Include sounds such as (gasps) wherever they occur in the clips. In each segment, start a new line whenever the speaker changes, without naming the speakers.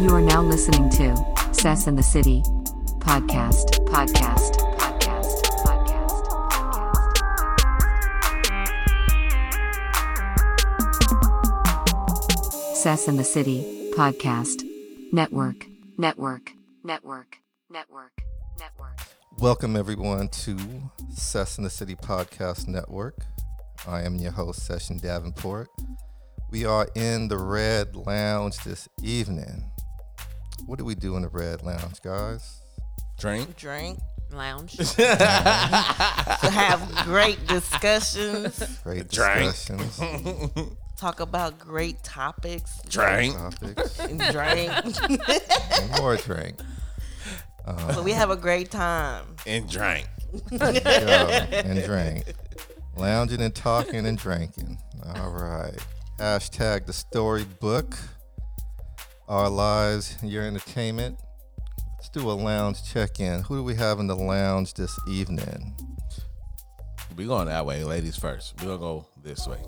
You are now listening to Sess in the City podcast, podcast, podcast, podcast, podcast. Sess in the City podcast network, network, network, network, network.
Welcome, everyone, to Sess in the City Podcast Network. I am your host, Session Davenport. We are in the Red Lounge this evening. What do we do in the Red Lounge, guys?
Drink.
drink,
(laughs)
lounge, to have great discussions,
Great
Drink.
discussions,
talk about great topics,
Drink.
topics,
and
(laughs)
drink.
and more drink.
so we have a great time.
And drink.
Go and drink. Lounging and talking and drinking. All right. Hashtag the storybook. Our lives, your entertainment. Let's do a lounge check in. Who do we have in the lounge this evening?
We going that way, ladies first. We gonna go this way.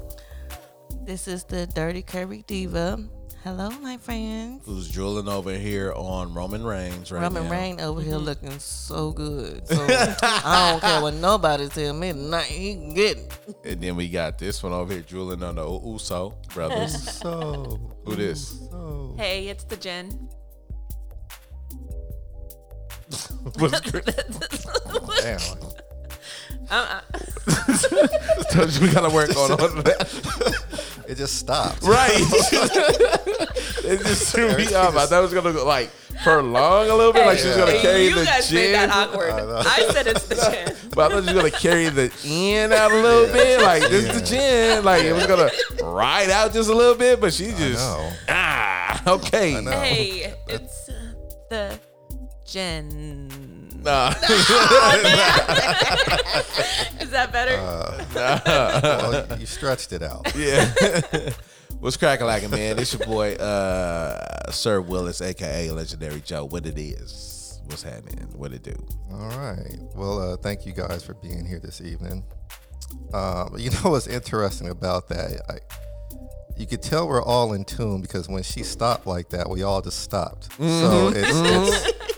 This is the Dirty Curry Diva. Hello, my friends.
Who's drooling over here on Roman Reigns right
Roman
now?
Reign over
Mm-hmm.
here looking so good.
(laughs)
So I don't care what nobody tell me tonight. He good.
And then we got this one over here drooling on the U- Uso brothers.
(laughs)
So,
Who this? (laughs)
so
Hey, it's the Jen.
What's good?
damn.
we gotta work on all of that.
It just stopped.
(laughs) Right. it (laughs) just threw me off. I thought it was gonna go like prolong a little bit, like she's gonna
Hey,
carry
you
the
guys made
chin.
that awkward. I said it's the Jen.
(laughs) But I thought you was gonna carry the end out a little bit, like this is the chin, like it was gonna ride out just a little bit. But she just
know.
ah okay,
know.
Hey, it's uh, the Jen.
nah,
Is that better?
Well, you stretched it out.
(laughs) yeah. (laughs) What's cracking like it, man? It's your boy, uh, Sir Willis, aka Legendary Joe. What it is? What's happening? What it do?
All right. Well, uh, thank you guys for being here this evening. Um, you know what's interesting about that? I, you could tell we're all in tune because when she stopped like that, we all just stopped. So it's, it's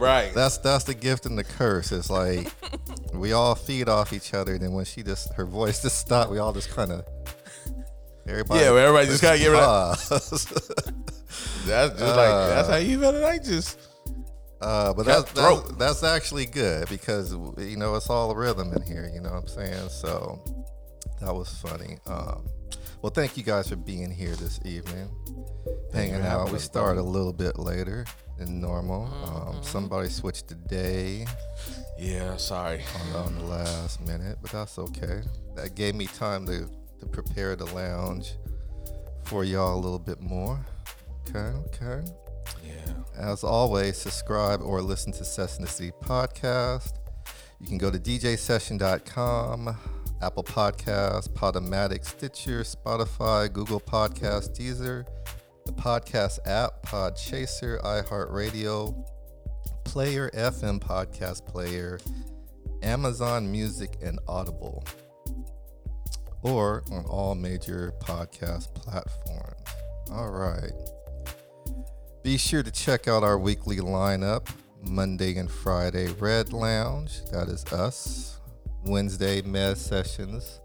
Right.
that's that's the gift and the curse. It's like we all feed off each other. And then when she just her voice just stopped, we all just kind of everybody. ah.
Yeah, well, everybody just gotta get rid of.
pause.
That's just like that's how you feel tonight. Just
Uh, but that's, that's
Cutthroat.
that's actually good because you know it's all rhythm in here. You know what I'm saying? So that was funny. Um, well, thank you guys for being here this evening, hanging out. We started a little bit later than normal. Um, somebody switched the day
yeah. Sorry.
on the last minute, but that's okay. That gave me time to to prepare the lounge for y'all a little bit more. Okay, okay.
Yeah.
As always, subscribe or listen to Session to See podcast. You can go to djsession.com, Apple Podcasts, Podomatic, Stitcher, Spotify, Google Podcasts, Deezer, the podcast app, Podchaser, iHeartRadio, Player FM Podcast Player, Amazon Music, and Audible. Or on all major podcast platforms. All right. Be sure to check out our weekly lineup Monday and Friday, Red Lounge, that is us. Wednesday, Med Sessions,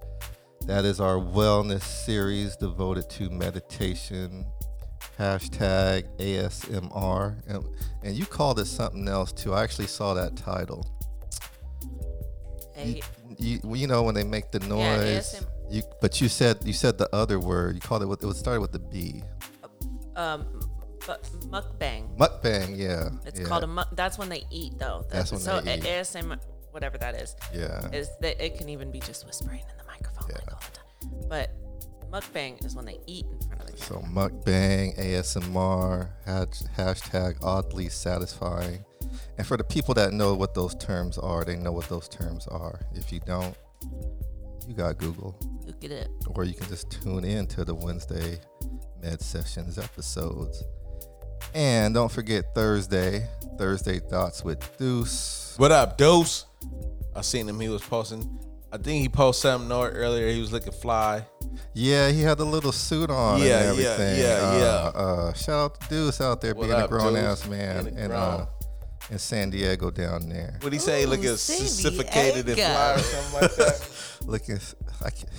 that is our wellness series devoted to meditation. Hashtag ASMR. And, and you called it something else too. I actually saw that title.
Hey,
You, well, you know when they make the
Yeah,
noise.
ASM.
you, but you said you said the other word. You called it. with- It was started with the B.
um, but mukbang.
Mukbang. Yeah.
It's
yeah,
called a muk. That's when they eat, though.
That's when
so
they
a-
eat.
ASM, whatever that is,
Yeah.
is that it can even be just whispering in the microphone like all the time. But mukbang is when they eat in front of the camera.
So mukbang, ASMR, hash- hashtag oddly satisfying. And for the people that know what those terms are, they know what those terms are. If you don't, you got Google.
Look it up.
Or you can just tune in to the Wednesday Med Sessions episodes. And don't forget Thursday, Thursday Thoughts with Deuce.
What up, Deuce? I seen him. He was posting I think he posted something or- earlier. He was looking fly.
Yeah, he had the little suit on
Yeah,
and
yeah,
everything.
yeah,
uh, Uh, shout out to Deuce out there
What
being a
up,
grown
Deuce?
ass man
Being a
in,
grown.
uh, in San Diego down there.
What he say?
Ooh,
Looking
San
sophisticated and
Diego.
fly or something like that.
Looking, s- I can't,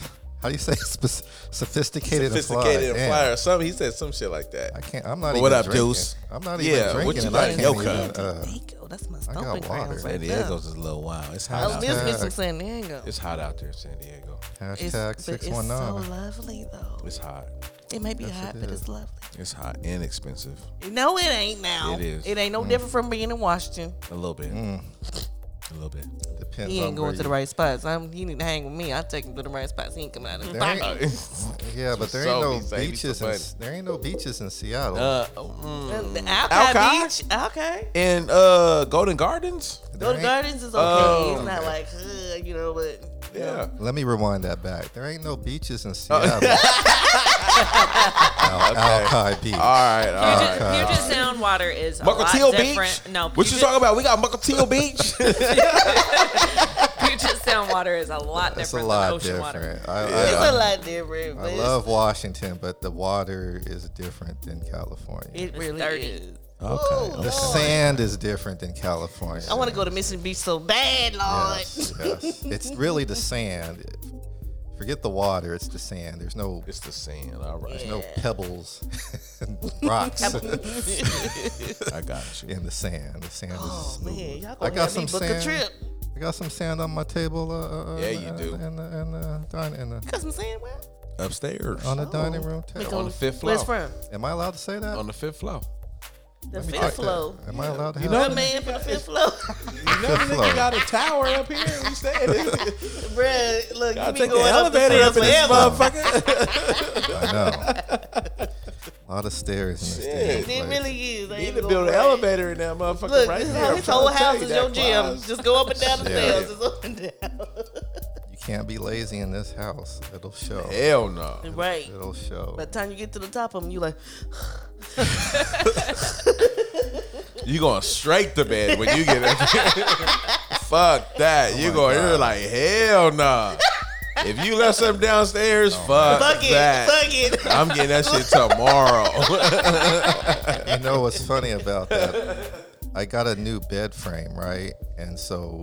how do you say (laughs) sophisticated, sophisticated and fly?
(laughs) sophisticated and
Damn,
fly or something. He said some shit like that.
I can't. I'm not
But
even.
what up,
drinking.
Deuce?
I'm not
Yeah,
even
what
drinking.
you
and I
got?
can't
Yo,
even.
cuz.
Uh,
Diego, that's my
got
stomping
water.
grounds
San
right there.
Diego's just a little wild. It's hot
I
out
miss me
there.
some San Diego.
It's hot out there in San Diego.
It's-
hashtag
but
six one nine.
It's so lovely though.
It's hot.
It may be
Yes,
hot,
it
but
is.
it's lovely.
It's hot and expensive.
No, it ain't now.
It is. Mm.
It ain't no different from being in Washington.
A little bit. A little bit.
Depends
He
on
ain't going
where
to the
you-
right spots. I'm, he need to hang with me. I take him to the right spots. He ain't coming out of his
There ain't-
Uh,
pocket.
Yeah, but there
So
ain't
he
no
saved me
beaches.
some
In,
money.
s- there ain't no beaches in Seattle.
(laughs) Uh, mm.
The
Alki?
Alki Beach, okay.
And uh, Golden Gardens.
There
Golden
ain't-
Gardens is okay.
Oh,
it's not like, uh, you know, but
Yeah.
Let me rewind that back. There ain't no beaches
Oh.
in Seattle.
(laughs)
Al- Alki Beach.
All right. All right.
Puget, Puget Sound water is a lot
Mukilteo
different.
Beach.
No,
What you talking about? We got (laughs) Mukilteo Beach.
Puget Sound water is a
That's
lot
a
different
lot
than ocean water.
different. I,
it's
I,
a lot different.
I
But
love Washington, but the water is different than California.
it really
dirty.
is.
okay.
the sand is different than California.
I want to go to Mission Beach so bad, Lord.
Yes, yes. It's really the sand. Forget the water. It's the sand. There's no
It's the sand. All right.
no pebbles, (laughs) and rocks
I got
(laughs)
you.
in the sand. The sand is
Oh
smooth.
man, y'all
I
gonna
got
have
some
me book
sand.
a trip?
I got some sand on my table. Uh, uh,
Yeah, you
uh,
do.
In the in the dining in the,
Got some sand? Where?
Upstairs.
on the dining room
We
table.
go-
on the fifth
Where's
floor.
from?
Am I allowed to say that?
On the fifth floor.
The
Let me
fifth
check that.
floor.
Am I allowed to
You
have
know
The man from the fifth floor. (laughs)
You know,
Fifth
nigga,
floor.
you got a tower up here. We staying. (laughs) Gotta
Bruh, look, you be
take the
going up the
elevator up
stairs
in this
forever.
motherfucker. (laughs)
I know. A lot of stairs in this
Shit.
damn
It
place.
really is. They
Need
ain't
to
gonna
build an
lie.
elevator in that motherfucker
Look,
right
this
here.
whole-
I'm
this
trying
whole
to
house
tell
is
you
your
that,
gym.
Quaz.
Just go up and down the
Yeah.
stairs. It's up and down.
You can't be lazy in this house. It'll show.
Hell no.
right.
It'll show.
By the time you get to the top of them, you like,
You going straight to bed when you get up. (laughs) fuck that. you going here like hell no. If you left something downstairs, fuck,
fuck it,
that.
fuck (laughs) it.
I'm getting that shit
(laughs)
tomorrow.
you know what's funny about that? I got a new bed frame, right? And so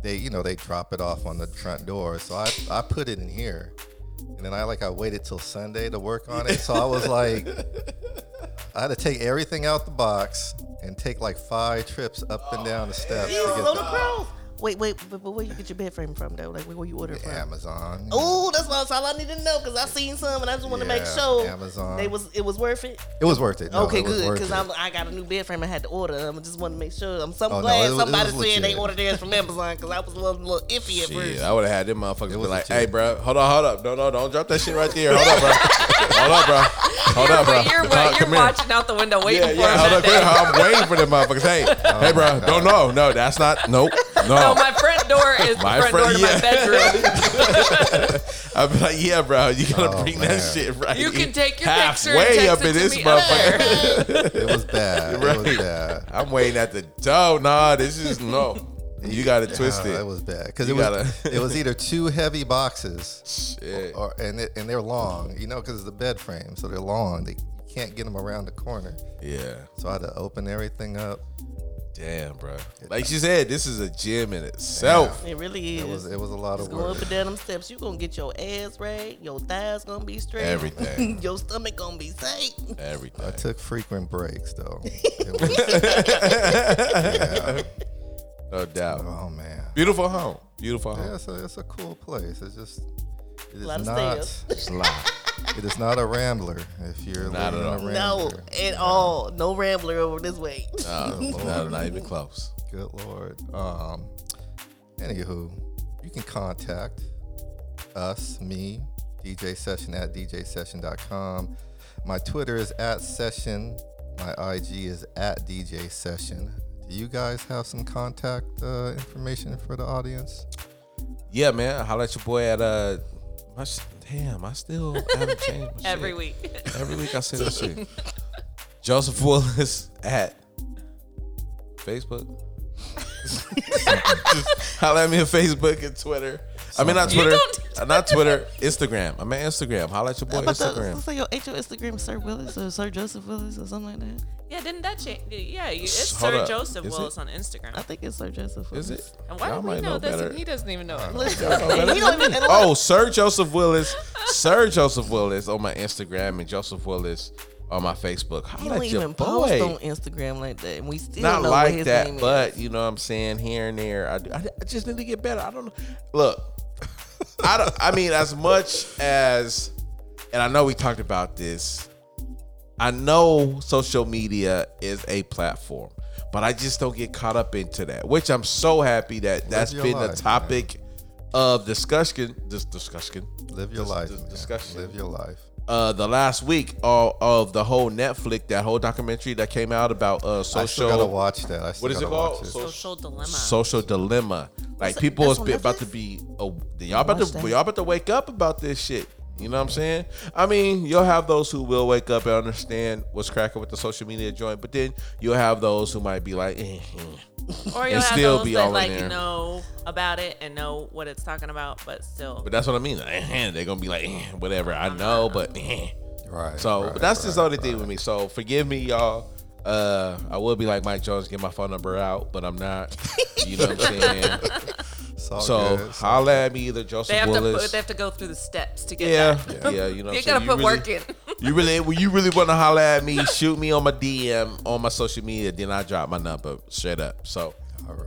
they, you know, they drop it off on the front door. So I, I put it in here. And then I like I waited till Sunday to work on it. So I was like I had to take everything out the box and take like five trips up and down the steps
You
to
on the
get
cross. Wait, wait, but, but where you get your bed frame from though? Like where, where you order it
the
from?
Amazon.
Oh, that's why that's all I need to know because I seen some and I just want to make
Yeah,
sure
Amazon.
they was it was worth it.
It was worth it. No,
okay,
it was
good
worth
because
it. Oh,
I'm I got a new bed frame I had to order. I just want to make sure. I'm so
no,
glad
it was- it
somebody
was
said they
legit.
ordered theirs from Amazon because I was a little, little iffy at
Shit,
first.
I would have had them motherfuckers be
was
like,
legit.
"Hey, bro, hold on, hold up, no, no, don't drop that shit right there. Hold up, bro, hold up,
(laughs)
bro, hold up, bro.
But (laughs) you're,
Come-
you're
come here.
watching out the window waiting
Yeah,
for
yeah,
him.
hold
that
up,
day.
here. I'm waiting for them motherfuckers. Hey,
Oh,
hey, bro, don't know, no, that's not, nope,
No,
no.
my front door is the
My
front
front-
door
yeah.
to my bedroom.
(laughs) I'd be like, yeah, bro, you gotta
Oh,
bring
man.
that shit right. (laughs)
You can take your picture and
halfway
text
up
it
in
to
this
me
motherfucker.
up there.
It was bad. It was
Right.
bad.
(laughs) I'm waiting at the door. Nah, this is no. You got it
No,
twisted.
Uh, that was bad because it
You
was
gotta-
it was either two heavy boxes,
Shit.
or and it, and they're long, you know, because it's the bed frame, so they're long. They you can't get them around the corner,
Yeah.
so I had to open everything up.
Damn, bro. Like you said, this is a gym in itself.
It really is.
It was it was a lot of
Go
work.
up and down them steps. You gonna get your ass right. Your thighs gonna be
(laughs)
straight.
Everything.
your stomach gonna be safe.
I
Everything.
took frequent breaks
(laughs)
though. It was-
No doubt.
oh man,
Beautiful home. Beautiful
yeah,
home.
it's a, it's a cool place. It's just it is
Lot of
not
It's live.
it is not a rambler if you're
Not
living
at
in a
all.
No,
rambler.
at all. No rambler over this way. (laughs)
No, no, Uh, not even close.
Good lord. Um, anywho, you can contact us, me, DJ Session at djsession.com. My Twitter is at session. My IG is at DJ Session. Do you guys have some contact uh, information for the audience?
Yeah, man. Holla at your boy at uh my sh- damn, I
(laughs)
still haven't changed my
Every
shit.
week. (laughs)
Every week I say that shit. Joseph Willis at
(laughs)
Facebook. Just holla at me on Facebook and Twitter. I mean, not
You
Twitter, Uh,
don't-
not Twitter, Instagram. I'm at Instagram. Holla at your boy
But the,
Instagram.
let's say your HO Instagram Sir Willis or Sir Joseph Willis or something like that.
Yeah, didn't that change? Yeah, you- it's
Hold
Sir
up.
Joseph
Is
Willis
it?
on Instagram.
I think it's Sir Joseph Willis.
Is it?
and why
Y'all
do we
might
know,
know
this?
better.
And he doesn't even know. it.
(laughs) he don't even,
Oh, Sir Joseph Willis, Sir Joseph Willis on my Instagram and Joseph Willis on my Facebook.
he
Holla
don't
at your
even post on
boy.
Instagram like that. And we still
Not
know what
like
his
that,
name is.
but you know what I'm saying. Here and there, I, do- I, I just need to get better. I don't know. Look, I don't. I mean, as much as, and I know we talked about this. I know social media is a platform, but I just don't get caught up into that. Which I'm so happy that that's
your
been the
life,
topic of discussion. This discussion
Live your
Dis-
life.
dis-
man.
discussion.
Live your life.
uh the last week of, of the whole Netflix that whole documentary that came out about uh
I still
social
gotta watch that. I still
what is it
gotta
called?
watch it.
So-
(laughs) Social dilemma.
social dilemma. Like
That's-
people
that's
is
on
be- about
Netflix?
to be oh, y'all about
watched
to
that.
y'all about to wake up about this shit. You know what I'm saying? I mean, you'll have those who will wake up and understand what's cracking with the social media joint, but then you'll have those who might be like, eh, eh.
or
and
you'll have
still
those
be
that
all in
like
there.
know about it and know what it's talking about, but still.
but that's what I mean. Eh, eh. They're gonna be like, eh, whatever. I know, but eh.
Right.
So
right,
but that's just the
right,
only thing with me. So forgive me, y'all. Uh, I will be like Mike Jones, get my phone number out, but I'm not. You know
(laughs)
what I'm saying?
It's all
so
good. It's all
holla at me, either Joseph
they have to
Willis.
put, they have to go through the steps to get
yeah,
that.
yeah, you know. what I'm
You
saying?
gotta put
really-
work in.
(laughs) You really, well, you really want to holla at me? Shoot me on my DM on my social media, then I drop my number straight up. So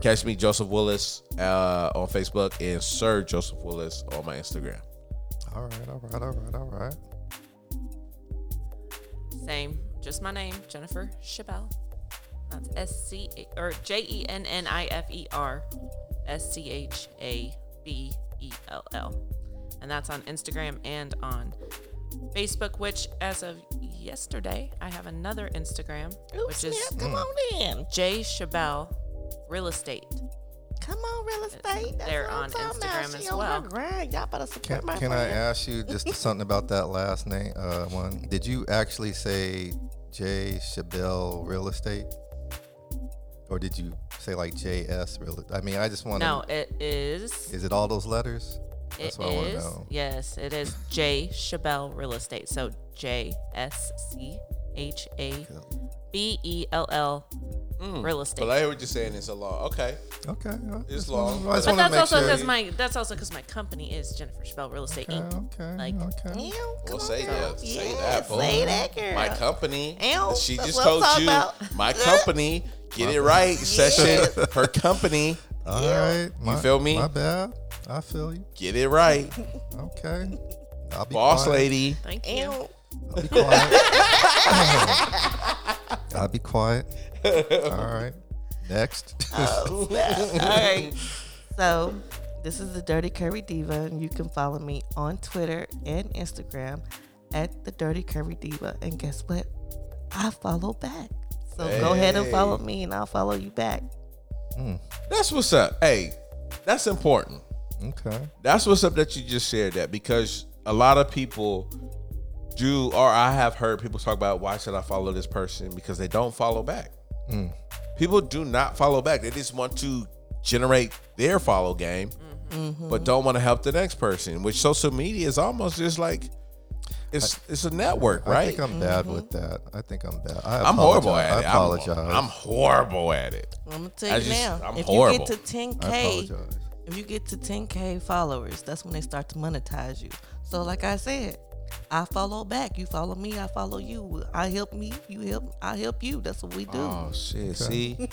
catch me, Joseph Willis, uh, on Facebook and Sir Joseph Willis on my Instagram.
All right, all right, all right, all right.
Same. Just my name, Jennifer Chappelle. That's S C or J E N N I F E R S C H A B E L L. And that's on Instagram and on Facebook, which as of yesterday, I have another Instagram,
Ooh,
which
Oh, snap,
is
Mm.
come on in.
J Chabelle Real Estate.
Come on, real estate. That's
They're
what I'm
on
talking about.
Instagram
She
as
on her
well.
grind. Y'all better support
Can,
my
can I
friend.
ask
(laughs)
you just something about that last name uh, one? Did you actually say J. Chabelle Real Estate, or did you say like J. S. Real? E-, I mean, I just want to.
No, it is.
Is it all those letters?
It
That's what I want to
is-
know.
Yes, it is J Chabelle Real Estate. So J S C H A B E L L
Mm.
Real Estate.
hear what you're saying. It's a law. Okay.
Okay. well,
It's
just-
long.
I just
But
But
wanna
that's
make
also
sure-
because my that's also because my company is Jennifer Chabelle Real Estate
Okay.
Inc.
Okay.
like-
okay.
Ew, come
Well,
on,
say
girl.
that. Say
Yeah,
that, boy.
Say that, girl.
My company.
Ew,
she
that's
just
what I'm
told
talking
you.
about.
My company. Get it right. Session. Her company.
All right. My,
feel me?
My bad. I feel you.
Get it right.
Okay. I'll be
Boss
quiet.
lady.
Thank you.
Ew.
I'll be quiet. (laughs) I'll be
(laughs)
quiet. All right. Next. (laughs)
Uh,
Oh, snap. (laughs) All right. So, this is the Dirty Curry Diva, and you can follow me on Twitter and Instagram at the Dirty Curry Diva. And guess what? I follow back. So go ahead and follow me, and I'll follow you back.
That's what's up. Hey, that's important.
okay.
That's what's up that you just shared that because a lot of people do, or I have heard people talk about why should I follow this person because they don't follow back. People do not follow back. They just want to generate their follow game,
Mm-hmm.
but don't want to help the next person. Which social media is almost just like it's it's a network,
I
right?
think
Mm-hmm.
I'm bad with that. I think I'm bad. I
I'm horrible
apologize.
at it.
I
I'm-
apologize.
I'm horrible at it.
I'm gonna tell
I
you
just-
now.
I'm
if
horrible.
you get to 10k,
I apologize.
if you get to 10k followers that's when they start to monetize you so like i said i follow back you follow me i follow you i help me you help i help you that's what we do
Oh shit! See,
(laughs)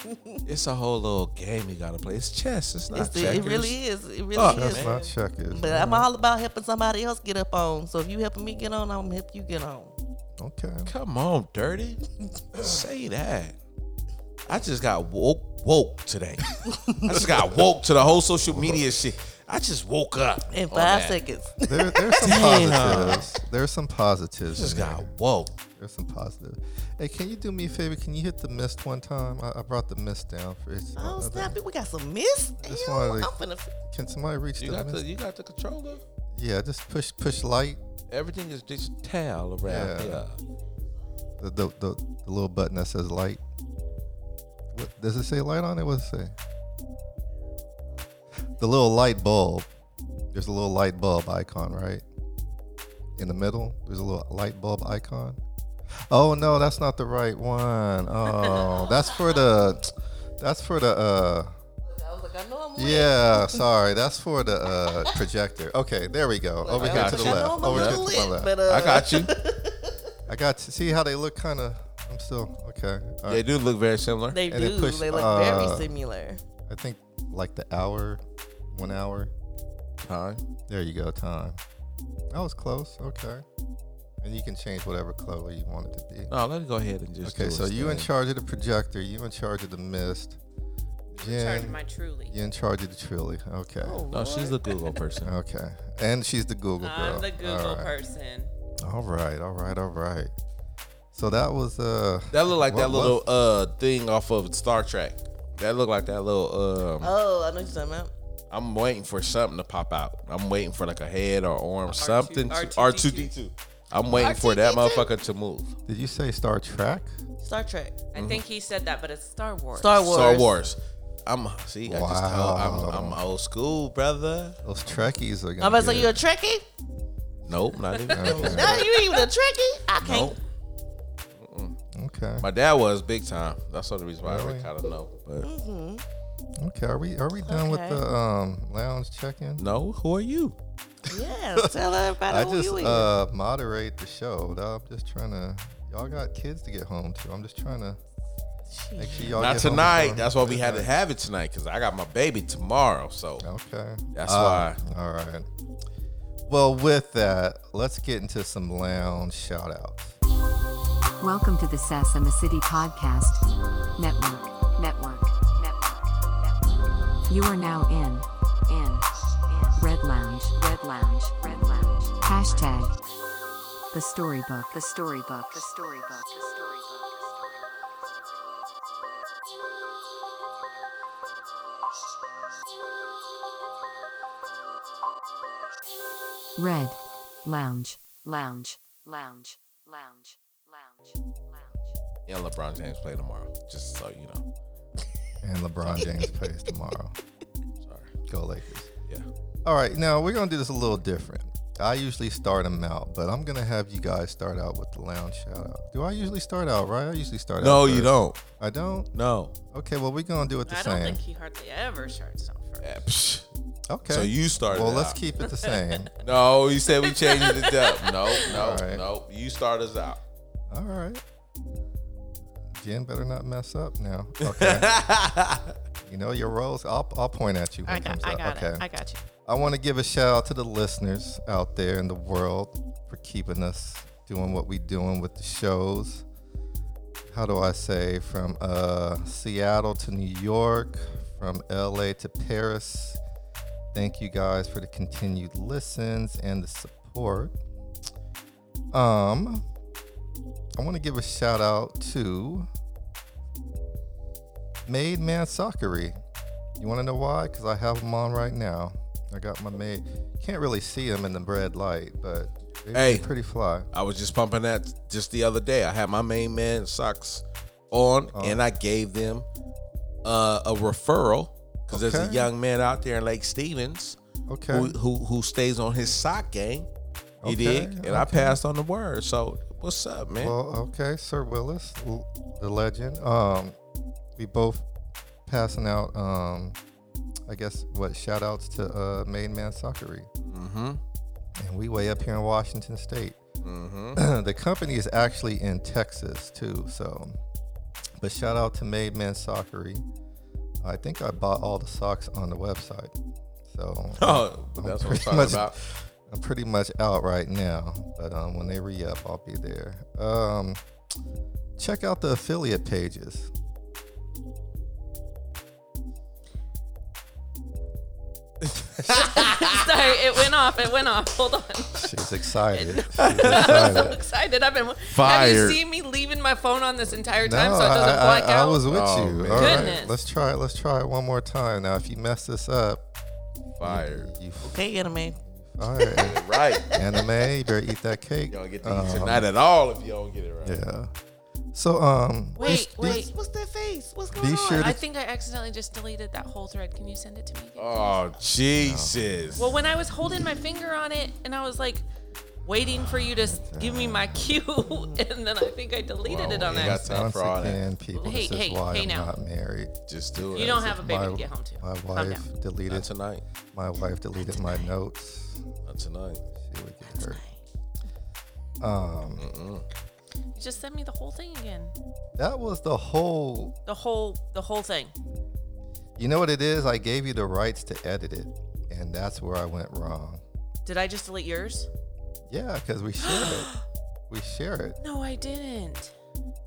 it's a whole little game you gotta play. It's chess. It's not
it's the,
checkers.
it really is it really
Fuck,
is
That's not checkers.
but i'm all about helping somebody else get up on so if you helping me get on i'm gonna help you get on
okay.
(laughs) Come on, dirty. Say that. I just got woke woke today. I just got woke to the whole social media shit. I just woke up
in
on
(laughs)
that.
five seconds
There, there's some positives. There's some positives.
Just
in there.
got woke.
There's some positives. Hey, can you do me a favor? Can you hit the mist one time? I, I brought the mist down for it.
oh snap it we got some mist
Just
Ew,
wanted to-
i'm finna
Can somebody reach
You
the
got the
mist?
you got the controller.
Yeah, just push push light.
Everything is digital around
Yeah.
here.
The, the, the, the little button that says light. What, does it say light on it? What does it say? The little light bulb. There's a little light bulb icon, right? In the middle, there's a little light bulb icon. Oh no, that's not the right one.
(laughs)
Oh, that's for the. That's for the. uh
I was like, I know I'm late.
Yeah, sorry. That's for the uh projector. Okay, there we go. Over
I
here to
was
the
like,
left.
I know I'm a
Over here to
little
my left.
late, but, uh,
I got (laughs) you.
I got to see how they look kind of. I'm still okay. All
They
right.
do look very similar.
They
And it
do.
pushed,
they look
uh,
very similar.
I think like the hour, one hour.
Time.
There you go, time. That was close. Okay. And you can change whatever color you want it to be.
No, let me go ahead and just.
Okay,
do
so
its
you in
thing.
charge of the projector. You in charge of the mist.
In charge of
Jen,
my Oh. truly.
you in charge of the trilly. Okay.
No, she's the Google person.
Okay. And she's the Google girl.
I'm the Google
all right.
person.
All right. All right. All right. So that was uh.
That looked like that
what was-
little uh thing off of Star Trek. That looked like that little um.
Oh, I know what you're talking about.
I'm waiting for something to pop out. I'm waiting for like a head or arm, something. R two D
R2D2.
two. I'm waiting for that motherfucker to move.
Did you say Star Trek?
Star Trek.
I
Mm-hmm.
think he said that, but it's Star Wars.
Star Wars.
Star Wars. I'm see. I just told,
Wow.
I'm, I'm old school, brother.
Those Trekkies are. Gonna
I'm about to say
get-
you a Trekkie?
Nope, not even.
Okay.
No, you ain't even a Trekkie. I can't.
nope.
Okay.
My dad was big time. That's the only reason why I
Really?
kind of know. But
Okay. Are we are we done with
Okay.
the um lounge check-in?
no, who are you?
Yeah, tell everybody
I
who
just
you is.
uh moderate the show. though. I'm just trying to. Y'all got kids to get home to. I'm just trying to make sure y'all.
Not
get home
tonight.
before-
That's why we had to have it tonight because I got my baby tomorrow. So
Okay.
That's
why. All right. Well, with that, let's get into some lounge shout outs.
Welcome to the Sass and the City Podcast Network. Network. Network. Network. You are now in. In. in Red Lounge. Red Lounge. Red Lounge. Hashtag. The Storybook. The Storybook. The Storybook. The Storybook. Red. Lounge. Lounge. Lounge. Lounge. Lounge. Lounge.
and LeBron James play tomorrow. Just so you know.
And LeBron James plays tomorrow.
Sorry.
Go Lakers.
Yeah.
All right. Now, we're going to do this a little different. I usually start them out, but I'm going to have you guys start out with the lounge shout out. Do I usually start out, right? I usually start out.
No, you
first.
don't.
I don't?
No.
Okay. Well, we're going to do it the
I don't
same.
think he hardly ever starts out first.
Yeah, psh.
okay.
So you started.
Well,
it
let's
out.
keep
(laughs)
it the same.
No, you said we changed it (laughs) up. No, no,
All right.
no. You start us out.
All right. Jen better not mess up now. Okay.
(laughs)
you know your roles. I'll, I'll point at you when
I
it
got,
comes
I
up.
got
okay.
it. I got you. (laughs)
I want to give a shout out to the listeners out there in the world for keeping us doing what we doing with the shows. How do I say from uh, Seattle to New York, from LA to Paris. Thank you guys for the continued listens and the support. Um I want to give a shout out to Made Man Sockery. You want to know why? Because I have them on right now. I got my maid. Can't really see them in the red light, but they're
Hey.
pretty fly.
I was just pumping that just the other day. I had my main man socks on,
Oh.
and I gave them uh, a referral because there's
Okay.
a young man out there in Lake Stevens
Okay.
who, who who stays on his sock game. You
Okay,
dig? And I
okay.
passed on the word. So what's up, man?
Well, okay, Sir Willis, l- the legend. Um, we both passing out. Um, I guess what shout outs to uh, Main Man Sockery,
mm-hmm.
and we way up here in Washington State.
Mm-hmm.
(clears throat) the company is actually in Texas too. So, but shout out to Made Man Sockery. I think I bought all the socks on the website. So
(laughs) Oh, but that's what I'm
pretty
talking
much-
about.
I'm pretty much out right now, but um, when they re up, I'll be there. Um, check out the affiliate pages.
Sorry, it went off. It went off. Hold on.
She's
(laughs)
excited. She's
I'm so
excited.
excited. I've been. Have you
Fired.
seen me leaving my phone on this entire
No,
time so it doesn't
I, I,
black
I
out?
was with
Oh,
you.
man.
All right,
Goodness.
let's try it. Let's try it one more time. Now, if you mess this up,
Fired.
you
okay, anime.
fire.
Right.
(laughs)
(laughs)
anime. You better eat that cake. Uh-huh.
You don't get to eat tonight at all if you don't get it right.
Yeah. So um,
Wait,
be-
wait.
What's that face? What's
Be
going on?
sure
I
to
think I accidentally just deleted that whole thread. Can you send it to me? again?
Oh Jesus!
Well, when I was holding my finger on it and I was like waiting for you to s- give me my (laughs) cue, and then I think I deleted
Wow,
it on
you got
accident.
time
once
for all that.
again, people,
Hey,
this is
hey,
why
hey
I'm
now.
not married.
Just do it.
You don't have a baby
my,
to get home to.
my
Calm
wife
down.
Not
deleted
tonight.
my wife deleted my notes.
Not tonight.
She would get hurt. Um,
You just send me the whole thing again.
that was the whole.
The whole, the whole thing.
You know what it is? I gave you the rights to edit it, and that's where I went wrong.
Did I just delete yours?
Yeah, because we share
(gasps)
it. We share it.
No, I didn't.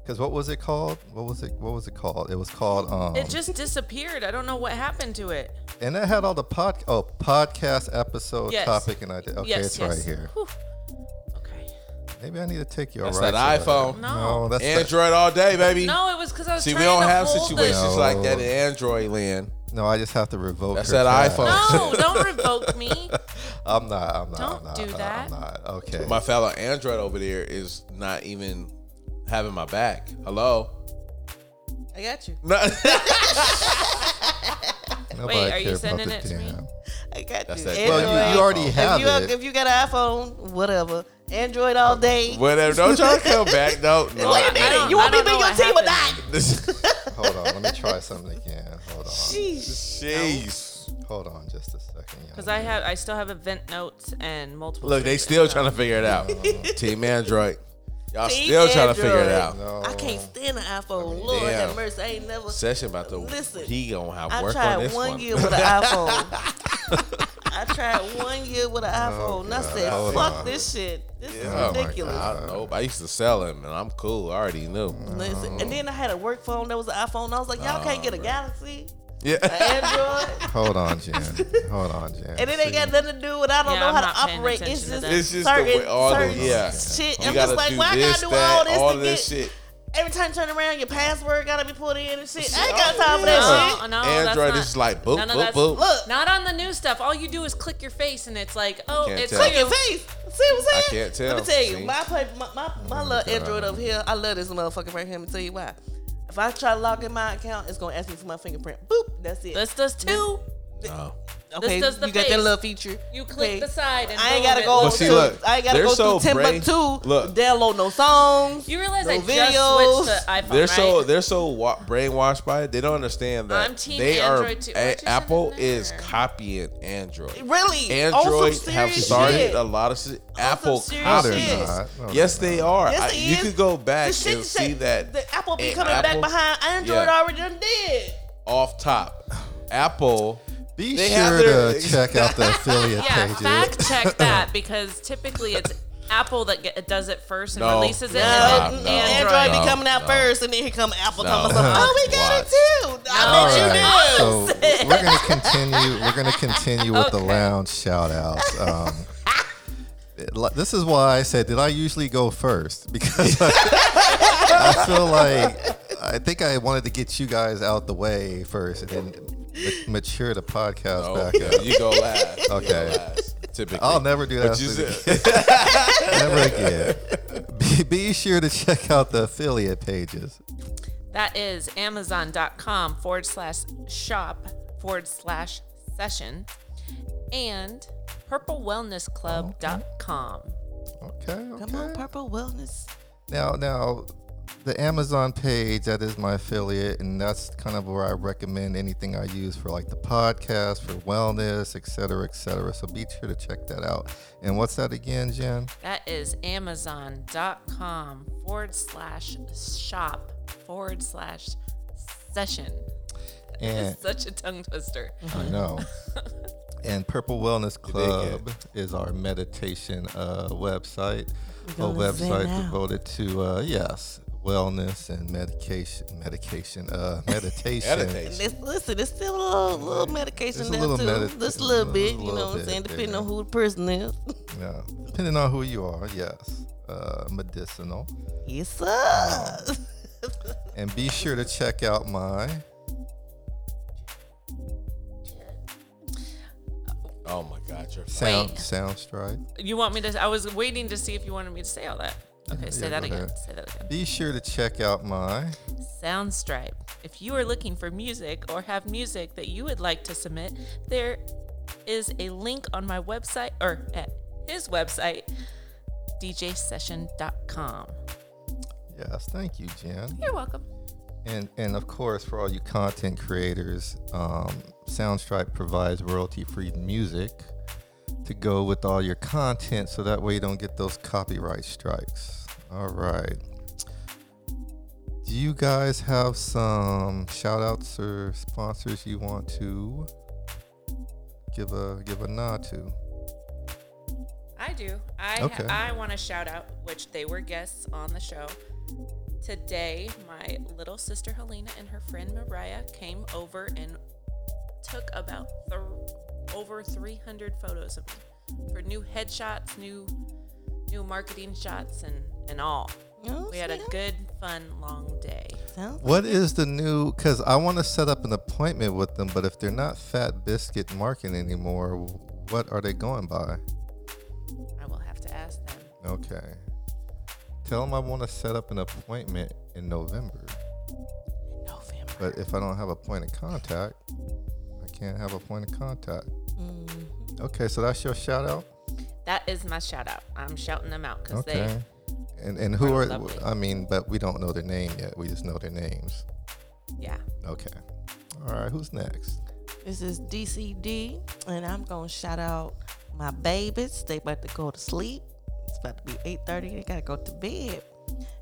Because what was it called? What was it? What was it called? It was called. Um,
It just disappeared. I don't know what happened to it.
and that had all the pod. Oh, podcast episode
Yes.
topic and idea. Okay,
yes,
it's
yes.
right here.
Whew. Okay.
Maybe I need to take your
That's
rights
that
over
iPhone.
that.
No.
No, that's that-
Android all day, baby.
No, it was because I was
See, we
trying
don't
to
have
hold
situations
The-
No.
like that in Android land.
no. I just have to revoke.
That's
your
that
trash.
iPhone. (laughs)
no, don't revoke me.
(laughs) I'm not. I'm not. I'm
Don't
not,
do
I'm
that.
not. Okay.
My fellow Android over there is not even having my back. Hello. (laughs)
I got you.
No,
Nobody
Wait, are you
care about
sending
the
it to me?
damn.
I got
That's
you.
that-
Well, you, you
Android.
already
If
have
if you
it.
if you got an iPhone, whatever. Android all day.
whatever. Don't y'all come back. No. no.
(laughs) Wait a
I
minute.
don't-
You want
I
me to be
don't
on
know
your team
what
or not?
happened.
Hold on. Let me try something again. Hold on.
(laughs)
Sheesh.
Jeez.
Hold on just a second.
Because I have, I still have event notes and multiple.
Look, they
screenshots.
still trying to figure it out. Team Android. Y'all
Team
still trying to figure it
Android.
out.
No.
I can't stand an iPhone. Lord
damn.
have mercy. I ain't never.
Oh. Session about to
Listen,
he gonna have
I
work
tried
on this
one
one.
year with an iPhone.
(laughs)
I tried one year with an iPhone, and I said,
God.
"Fuck
Hold
this shit. This
Oh
is
my
ridiculous."
God, nope. I used to sell him, and I'm cool. I already knew.
Listen,
Oh.
and then I had a work phone that was an iPhone. and I was like, "Y'all can't get a Galaxy,
Yeah.
an Android,
Hold on, Jan. Hold on, Jan.
and it ain't got nothing to do with I don't
Yeah,
know
I'm
how to
not paying
operate.
attention
It's
to
just,
that.
It's just the
certain,
way- all the-
certain
yeah.
shit.
You
I'm
gotta
just like,
do
why
this,
gotta do
that,
all this
all
to
this
get?
shit.
Every time you turn around, your password gotta be put in and shit. I ain't
Oh,
got time for that
yeah.
shit.
No, Uh-huh. no, that's
Android
not,
is like boop,
none of
boop,
that's-
boop.
Look,
Not on the new stuff. All you do is click your face, and it's like, oh,
can't
it's
tell.
Look
you.
at face. See what
I
I'm saying?
can't tell.
Let me tell you,
See?
my, play, my my my little Android over here. I love this motherfucker right here. Let me tell you why. If I try to log in my account, it's gonna ask me for my fingerprint. Boop. That's it.
This does too.
No.
okay,
does the
you got
face.
that little feature.
You click
Okay.
the side, and
I ain't
boom,
gotta
it-
go.
But see,
to,
look,
I ain't gotta
they're
go
so
through
brave.
Timbuktu.
Look.
download no songs.
You realize
no
I
videos.
just switched to iPhone,
They're
right?
so they're so wa- brainwashed by it. They don't understand that
I'm team
they are.
Android too. Why don't you send
A- Apple
it in
is
there?
copying Android.
Really?
Android
on some
have
serious
started
shit.
a lot of shit. Apple
serious
No, they're
copies.
shit.
not. No, they're
Yes, they
not.
are.
Yes,
I-
it
you
is.
could go back
The shit
and
you
see
say-
that
the Apple be
and
coming back
Apple-
behind Android
Yeah.
already done did.
off top. Apple.
Be
They have
sure
their-
to
(laughs)
check out the affiliate
Yeah,
pages.
fact check that because typically it's Apple that get, does it first and
No.
releases it,
No,
and
no,
then
Uh, Android,
Android.
no.
be coming out first, and then here come Apple
No.
talking about, something. oh, we got
Watch.
it too. I
All
bet you
right, so
do.
we're gonna continue. We're gonna continue with the
Okay.
lounge shout outs. Um, it- li- this is why I said, did I usually go first? Because I, I feel like I think I wanted to get you guys out the way first, and then ma- mature the podcast
Oh,
back
yeah,
up.
(laughs) you go last. You go
Okay.
last, Typically.
I'll never do
But
that.
you
to-
said-
(laughs) Never again. Be, be sure to check out the affiliate pages.
That is amazon.com forward slash shop forward slash session and purplewellnessclub.com.
Okay. Okay.
Come on, Purple Wellness.
Now, now, the Amazon page that is my affiliate, and that's kind of where I recommend anything I use for like the podcast, for wellness, et cetera, et cetera. So be sure to check that out. And what's that again, Jen?
That is amazon.com forward slash shop forward slash session.
And
(laughs) Such a tongue twister.
I know. And Purple Wellness
dig
Club is our meditation uh, website, a
gonna zen
website
out.
devoted to uh, yes, wellness and medication, medication, uh, meditation.
Meditation.
It's- listen, it's still a little, little medication
It's a
there
little
too.
medit-
Just a little
a
bit, you
little
know what I'm
bit
saying? Depending
there.
on who the person is. (laughs)
Yeah, depending on who you are, yes, uh, medicinal.
yes, sir.
And be sure to check out my.
Oh my God, you're
Sound
Wait.
sound strike.
Oh
You want me to? I was waiting to see if you wanted me to say all that. Okay, say
yeah,
that
go
again.
ahead.
Say that again.
Be sure to check out my
Soundstripe. If you are looking for music or have music that you would like to submit, there is a link on my website or at his website, djsession.com.
yes. Thank you, Jen.
You're welcome.
And and of course, for all you content creators, um, Soundstripe provides royalty-free music to go with all your content, so that way you don't get those copyright strikes. All right. Do you guys have some shout-outs or sponsors you want to give a give a nod to?
I do. I
Okay.
I want to shout out, which they were guests on the show. Today, my little sister Helena and her friend Mariah came over and took about th- over 300 photos of me for new headshots, new new marketing shots, and and all.
Oh,
We had a good, fun, long day.
Sounds
What is the new? Because I want to set up an appointment with them, but if they're not Fat Biscuit Marketing anymore, what are they going by?
I will have to ask them.
Okay. Tell them I want to set up an appointment in November,
November.
but if I don't have a point of contact, I can't have a point of contact. Okay, so that's your shout out.
That is my shout out. I'm shouting them out because
Okay.
they
and and who are?
Right, lovely.
I mean, but we don't know their name yet. We just know their names.
yeah.
Okay. All right. Who's next?
This is DCD, and I'm gonna shout out my babies. They about to go to sleep. It's about to be 8:30. They gotta go to bed,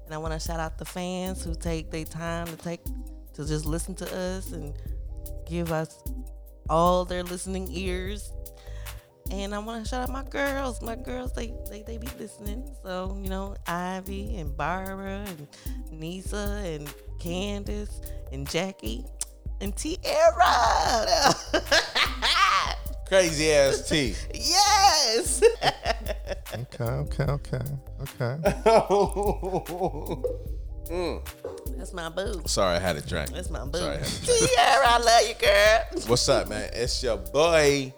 and I want to shout out the fans who take their time to take to just listen to us and give us all their listening ears. And I want to shout out my girls. My girls, they, they they be listening. So you know, Ivy and Barbara and Nisa and Candace and Jackie and Tierra.
Crazy ass T.
(laughs) yes.
Okay. Okay. Okay. Okay.
That's my boo.
Sorry, I had a drink.
That's my boo.
Sorry, I had to
Tierra, I love you, girl.
What's up, man? It's your boy,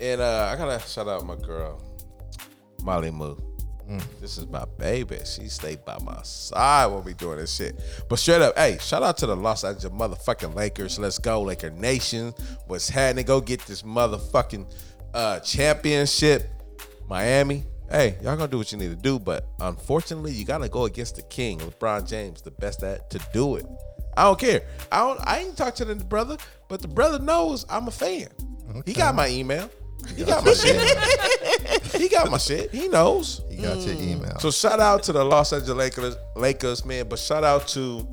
and uh, I gotta shout out my girl, Molly Moo. This is my baby. She stayed by my side when we doing this shit. But straight up, hey, shout out to the Los Angeles motherfucking Lakers. Let's go, Laker Nation. What's happening? Go get this motherfucking uh, championship, Miami. Hey, y'all gonna do what you need to do, but unfortunately, you gotta go against the king, LeBron James, the best at to do it. I don't care. I don't. I ain't talk to the brother, but the brother knows I'm a fan. He got my email. He got my shit. he got my shit. He knows.
You got your email.
So shout out to the Los Angeles Lakers, Lakers man, but shout out to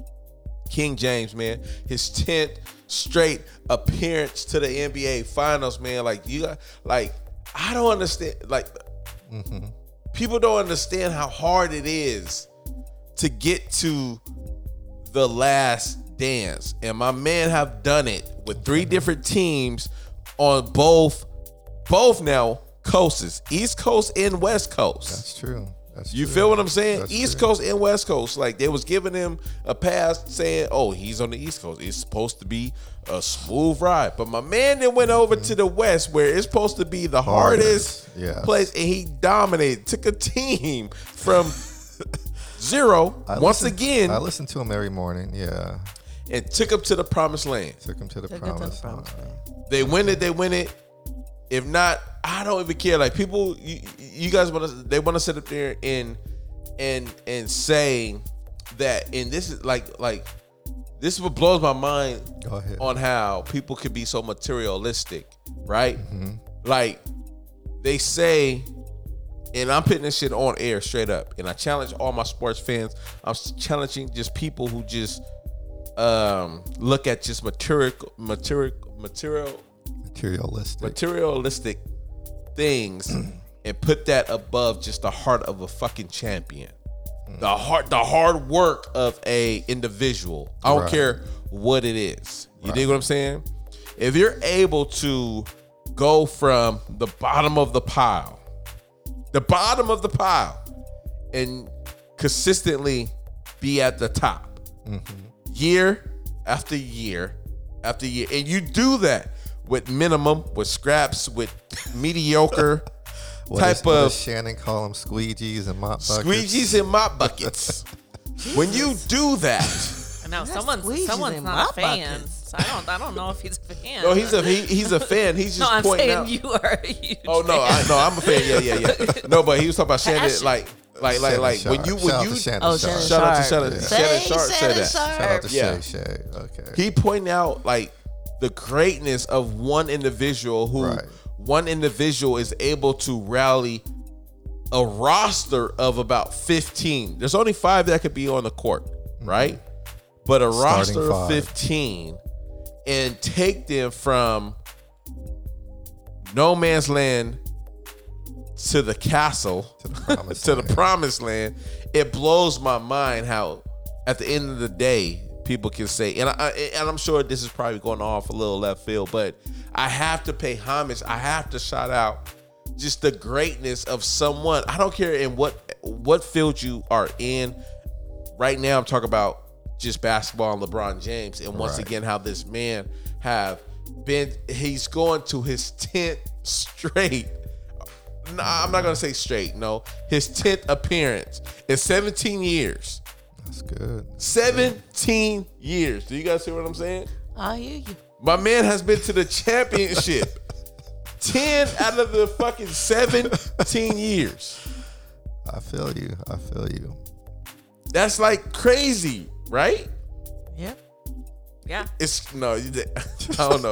King James, man, his tenth straight appearance to the NBA Finals, man. Like you, got- like I don't understand. Like people don't understand how hard it is to get to the last dance, and my man have done it with three different teams on both, both now coasts, East Coast and West Coast.
that's true. That's
You
true.
feel what I'm saying?
That's
East
true.
Coast and West Coast. Like they was giving him a pass saying, oh, he's on the East Coast. It's supposed to be a smooth ride. But my man then went over to the West where it's supposed to be the
Hardest,
hardest,
yes.
place. And he dominated, took a team from (laughs) zero
I
once
listen-
again
I listen to him every morning. Yeah.
and took him to the promised land.
Took him to the
Took it to the
promise.
promised
land.
They win it, they win it. If not, I don't even care. Like people, you, you guys want to, they want to sit up there and and and say that, and this is like like this is what blows my mind
Go ahead.
on how people could be so materialistic, right?
Mm-hmm.
Like they say, and I'm putting this shit on air straight up, and I challenge all my sports fans. I'm s- challenging just people who just um look at just material material material
Materialistic.
materialistic things and put that above just the heart of a fucking champion. The heart the hard work of a individual. I don't
Right.
care what it is. You dig what I'm saying? If you're able to go from the bottom of the pile, the bottom of the pile, and consistently be at the top year after year after year. And you do that with minimum, with scraps, with (laughs) mediocre,
(laughs) What
type
does- what does
of-
Shannon call them squeegees and mop buckets?
Squeegees in my
(laughs)
buckets. when you do that,
I know
Not
someone's
squeezing
someone's
in
not a
my
fan.
buckets.
So I don't I don't know if he's a fan.
no, oh, he's a he,
(laughs)
he's a fan. He's
No,
just
I'm
pointing
saying
out.
you are a huge
oh no, I,
fan.
no, I'm a fan. Yeah, yeah, yeah. No, but he was talking about Shannon.
Passion.
Like, like, like,
Shannon
like when
Sharp.
you
Shout out
when
to
you
Shannon
Oh,
Sharp.
Shannon
shout out to Shannon.
Sharp.
Yeah.
Shannon
Say
Sharp said
Shannon
that.
Sharp.
Shout out to
Yeah.
Shay Shay. Okay.
he pointed out like the greatness of one individual who
Right.
one individual is able to rally a roster of about 15 there's only five that could be on the court right but a roster of
Mm-hmm. five.
15 and take them from no man's land to the castle
to the promised
(laughs) to the
land.
promised land, it blows my mind how at the end of the day people can say, and I and I'm sure this is probably going off a little left field, but I have to pay homage. I have to shout out just the greatness of someone. I don't care in what what field you are in. Right now, I'm talking about just basketball and LeBron James, and once
Right.
again how this man have been. He's going to his tenth straight no, I'm not gonna say straight. No, his tenth appearance in 17 years.
That's good.
17 years. Do you guys see what I'm saying?
I hear you.
My man has been to the championship (laughs) 10 out of the fucking 17 years.
I feel you. I feel you.
That's like crazy, right?
Yep.
Yeah.
It's no, you did- (laughs) I don't know.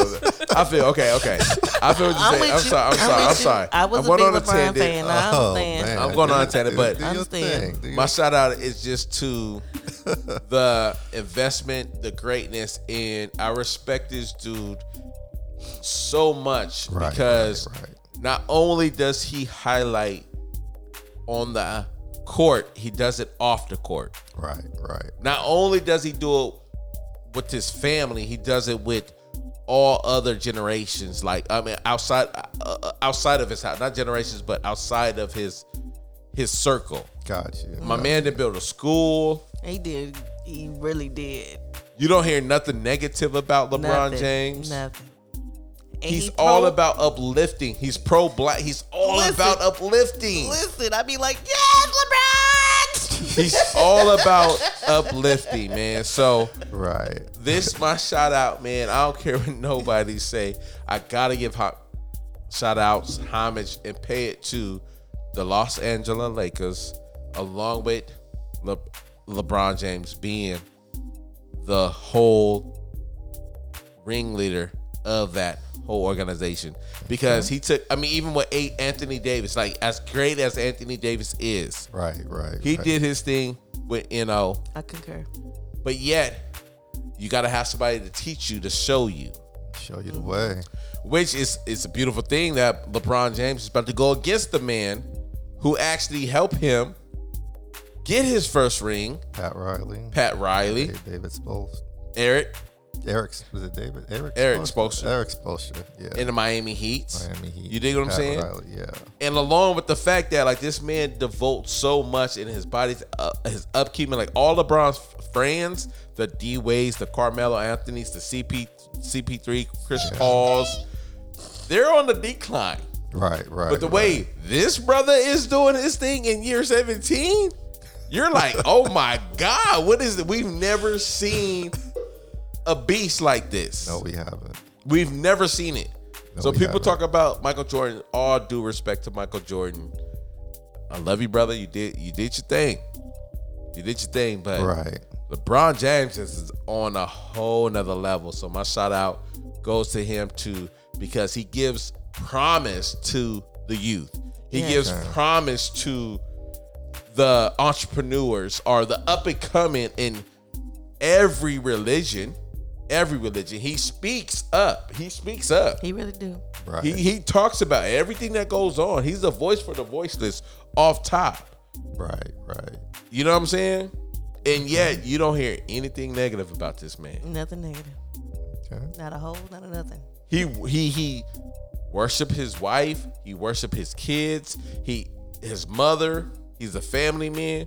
I feel okay, okay. I feel what
I'm
you're
with
saying. I'm sorry. I'm sorry.
you. I'm with
I'm
you.
sorry.
I was a
went
big
on
LeBron
tangent.
fan. I was
oh
saying-
man,
I'm going
Do-
on tangent,
do-
but-
do
I'm
your
staying.
thing. Do
My
your-
shout out is just to (laughs) the investment, the greatness, and I respect this dude so much
Right,
because
right, right.
not only does he highlight on the court, he does it off the court.
right, right.
Not only does he do it with his family, he does it with all other generations. Like I mean, outside uh, uh, outside of his house, not generations, but outside of his his circle.
Got you.
My man did build a school.
He did. He really did.
You don't hear nothing negative about LeBron
Nothing.
James.
Nothing. And
He's
he
all
pro-
about uplifting. He's pro black. He's all
Listen.
about uplifting.
Listen, I'd be like, yes, LeBron.
He's all about uplifting, man. So
Right.
this my shout out, man. I don't care what nobody say. I gotta give hot shout outs, homage, and pay it to the Los Angeles Lakers, along with Le- LeBron James being the whole ringleader of that whole organization. Because he took, I mean, even with eight Anthony Davis, like as great as Anthony Davis is,
Right. Right.
he
right.
did his thing with you know
I concur.
but yet, you got to have somebody to teach you, to show you,
show you the way.
which is it's a beautiful thing that LeBron James is about to go against the man who actually helped him get his first ring,
Pat Riley.
Pat Riley,
Da- David Spoelstra.
Eric
Eric. Was it David? Eric.
Eric
Spoelstra.
Spoelstra.
Eric Spoelstra. Yeah.
in the Miami Heat.
Miami Heat.
You dig what I'm
Pat
saying?
Riley, Yeah.
and along with the fact that like this man devotes so much in his body's uh, his upkeep and like all LeBron's f- friends, the D Ways, the Carmelo Anthony's, the CP CP3, Chris Paul's, they're on the decline.
Right. Right.
But the
right.
way this brother is doing his thing in year 17, you're like, oh my God, what is it? We've never seen a beast like this.
No, we haven't.
We've never seen it.
No,
so
we
people
haven't.
talk about Michael Jordan. All due respect to Michael Jordan. I love you, brother. You did you did your thing. You did your thing, but
Right.
LeBron James is on a whole nother level. So my shout out goes to him too, because he gives promise to the youth. He
Yeah.
gives promise to the entrepreneurs or the up and coming in every religion. Every religion. He speaks up. He speaks up.
He really do.
Right.
He, he talks about everything that goes on. He's the voice for the voiceless off top.
right. Right.
You know what I'm saying? And yet you don't hear anything negative about this man.
Nothing negative.
Okay.
Not a whole, not a nothing.
He he he worship his wife, he worship his kids, he his mother, he's a family man.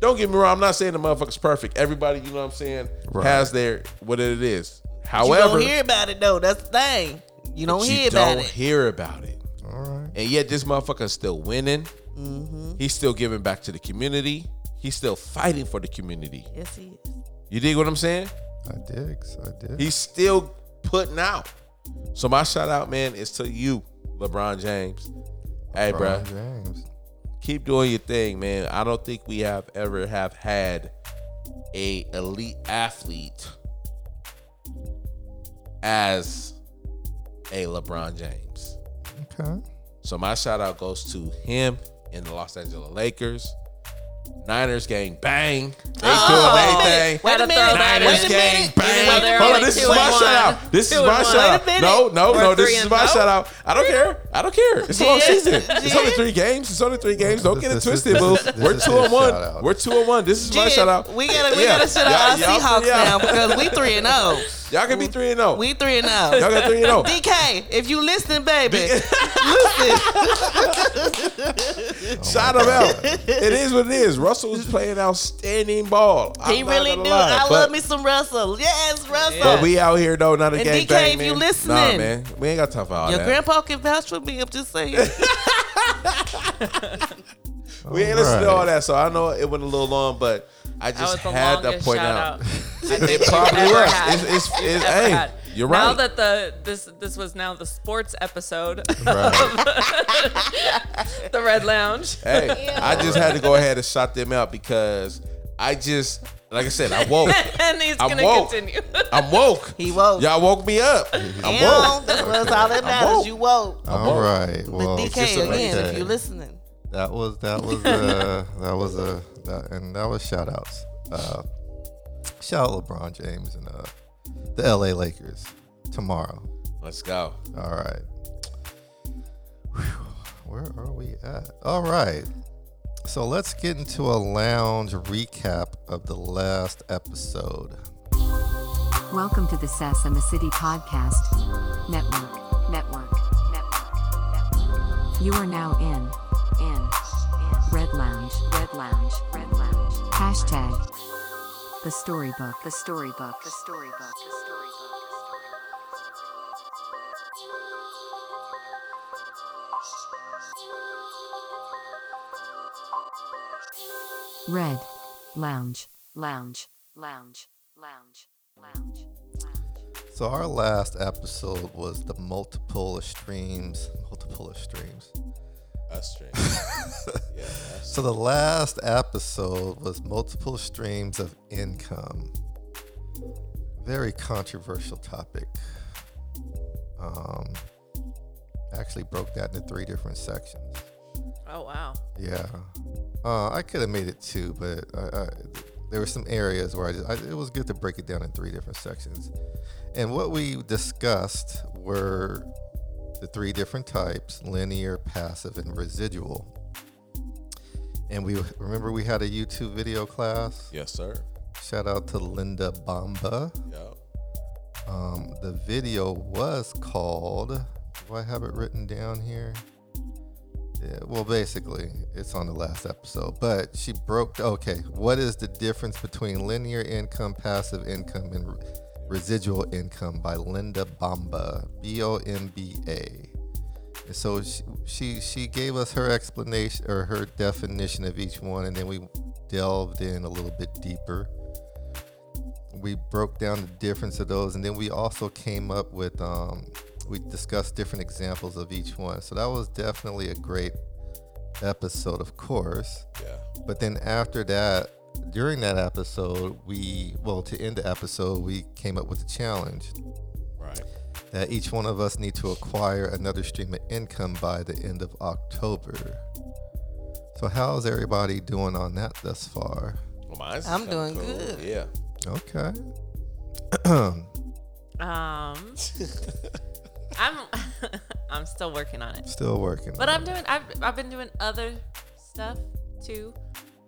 Don't get me wrong, I'm not saying the motherfucker's perfect. Everybody, you know what I'm saying,
Right.
has their what it is.
you
However,
don't hear about it though. That's the thing. You don't
but
hear
you
about
don't
it.
hear about it.
All right.
And yet this motherfucker's still winning.
Mm-hmm.
He's still giving back to the community. He's still fighting for the community.
Yes, he is.
You dig what I'm saying?
I digs. I dig.
He's still putting out. So my shout out, man, is to you, LeBron James. Hey, bruh,
LeBron James.
keep doing your thing, man. I don't think we have ever have had a elite athlete as a LeBron James.
Okay.
So my shout out goes to him and the Los Angeles Lakers. Niners gang bang. They doing their thing.
Wait a
Gotta
minute.
throw
Wait a
that
Niners
in.
minute.
gang
Even though
bang.
they're
Hold on,
only
this is
two
my
and one.
shout out. This is
Two
my
and
shout
one.
out.
Wait a
No,
minute.
no,
We're
no. This
three
is
and
my
oh.
shout out. I don't care. I don't care. It's a long
(laughs)
season. It's only three games. It's only three games. Don't get it
This is-
twisted, boo.
this is-
We're
this
two
is
on one.
shout out.
We're two on one. This is my
Jen,
shout out.
We gotta we
Yeah.
gotta shout out our
Y'all- y'all-
Seahawks
yeah.
now because we three and zero.
Y'all can be three and zero.
We three and zero.
Y'all got three and oh. zero. (laughs)
DK, if you listening, baby, (laughs) listen.
Shout him out. It is what it is. Russell is playing outstanding ball. I'm
He
not
really do.
gonna lie.
I
But-
love me some Russell. Yes, Russell.
But we out here though, not a
And
gang
DK,
bang,
if you
man. Nah,
listening.
man, we ain't got time for all
Your
that.
grandpa can vouch for me. I'm just
(laughs)
saying.
we ain't listening
Alright.
to all that, so I know it went a little long, but I
That was
just
the
had to
longest
point
shout
out. (laughs)
out.
It probably
ever
was.
had.
It's, it's, it's,
ever
hey,
had.
you're
Now
right.
that the this this was now the sports
(laughs)
episode,
Right.
the Red Lounge.
hey, (laughs) I just had to go ahead and shout them out because I just, like I said, I woke.
and he's
I'm
gonna
woke.
continue. (laughs)
I'm woke.
He woke.
Y'all woke me up. I'm
Damn,
woke.
that was all that matters.
woke.
You woke.
All right. Well,
but
just a
DK again,
okay.
if you listening.
that was that was uh that was a that, and that was shout outs. Uh, shout out LeBron James and uh the LA Lakers tomorrow.
Let's go.
All right. Whew. Where are we at? All right. So let's get into a lounge recap of the last episode.
Welcome to the Sass and the City Podcast Network. Network. Network. You are now in. In. Red Lounge. Red Lounge. Red Lounge. Hashtag. The Storybook. The Storybook. The Storybook. The Storybook. Red. Lounge. Lounge. Lounge. Lounge. Lounge. Lounge.
So our last episode was the multiple streams, multiple streams.
Us stream. yeah, us.
So the last episode was multiple streams of income. Very controversial topic. Um, actually broke that into three different sections.
Oh wow.
Yeah, uh, I could have made it two, but I, I, there were some areas where I, just, I it was good to break it down in three different sections. And what we discussed were the three different types: linear, passive, and residual. And we remember we had a YouTube video class.
Yes, sir.
Shout out to Linda Bamba.
Yo.
Um, the video was called. Do I have it written down here? Yeah, well, basically, it's on the last episode. But she broke. Okay, what is the difference between linear income, passive income, and re- residual income? By Linda Bamba, B O M B A. And so she, she she gave us her explanation or her definition of each one, and then we delved in a little bit deeper we broke down the difference of those and then we also came up with um, we discussed different examples of each one so that was definitely a great episode of course
Yeah.
but then after that during that episode we well to end the episode we came up with a challenge
Right.
that each one of us need to acquire another stream of income by the end of october so how's everybody doing on that thus far
Well, mine's
I'm
kinda
doing good.
Yeah.
okay
(laughs)
Um, I'm (laughs) I'm still working on it,
still working
but
on
I'm
it.
doing I've I've been doing other stuff too.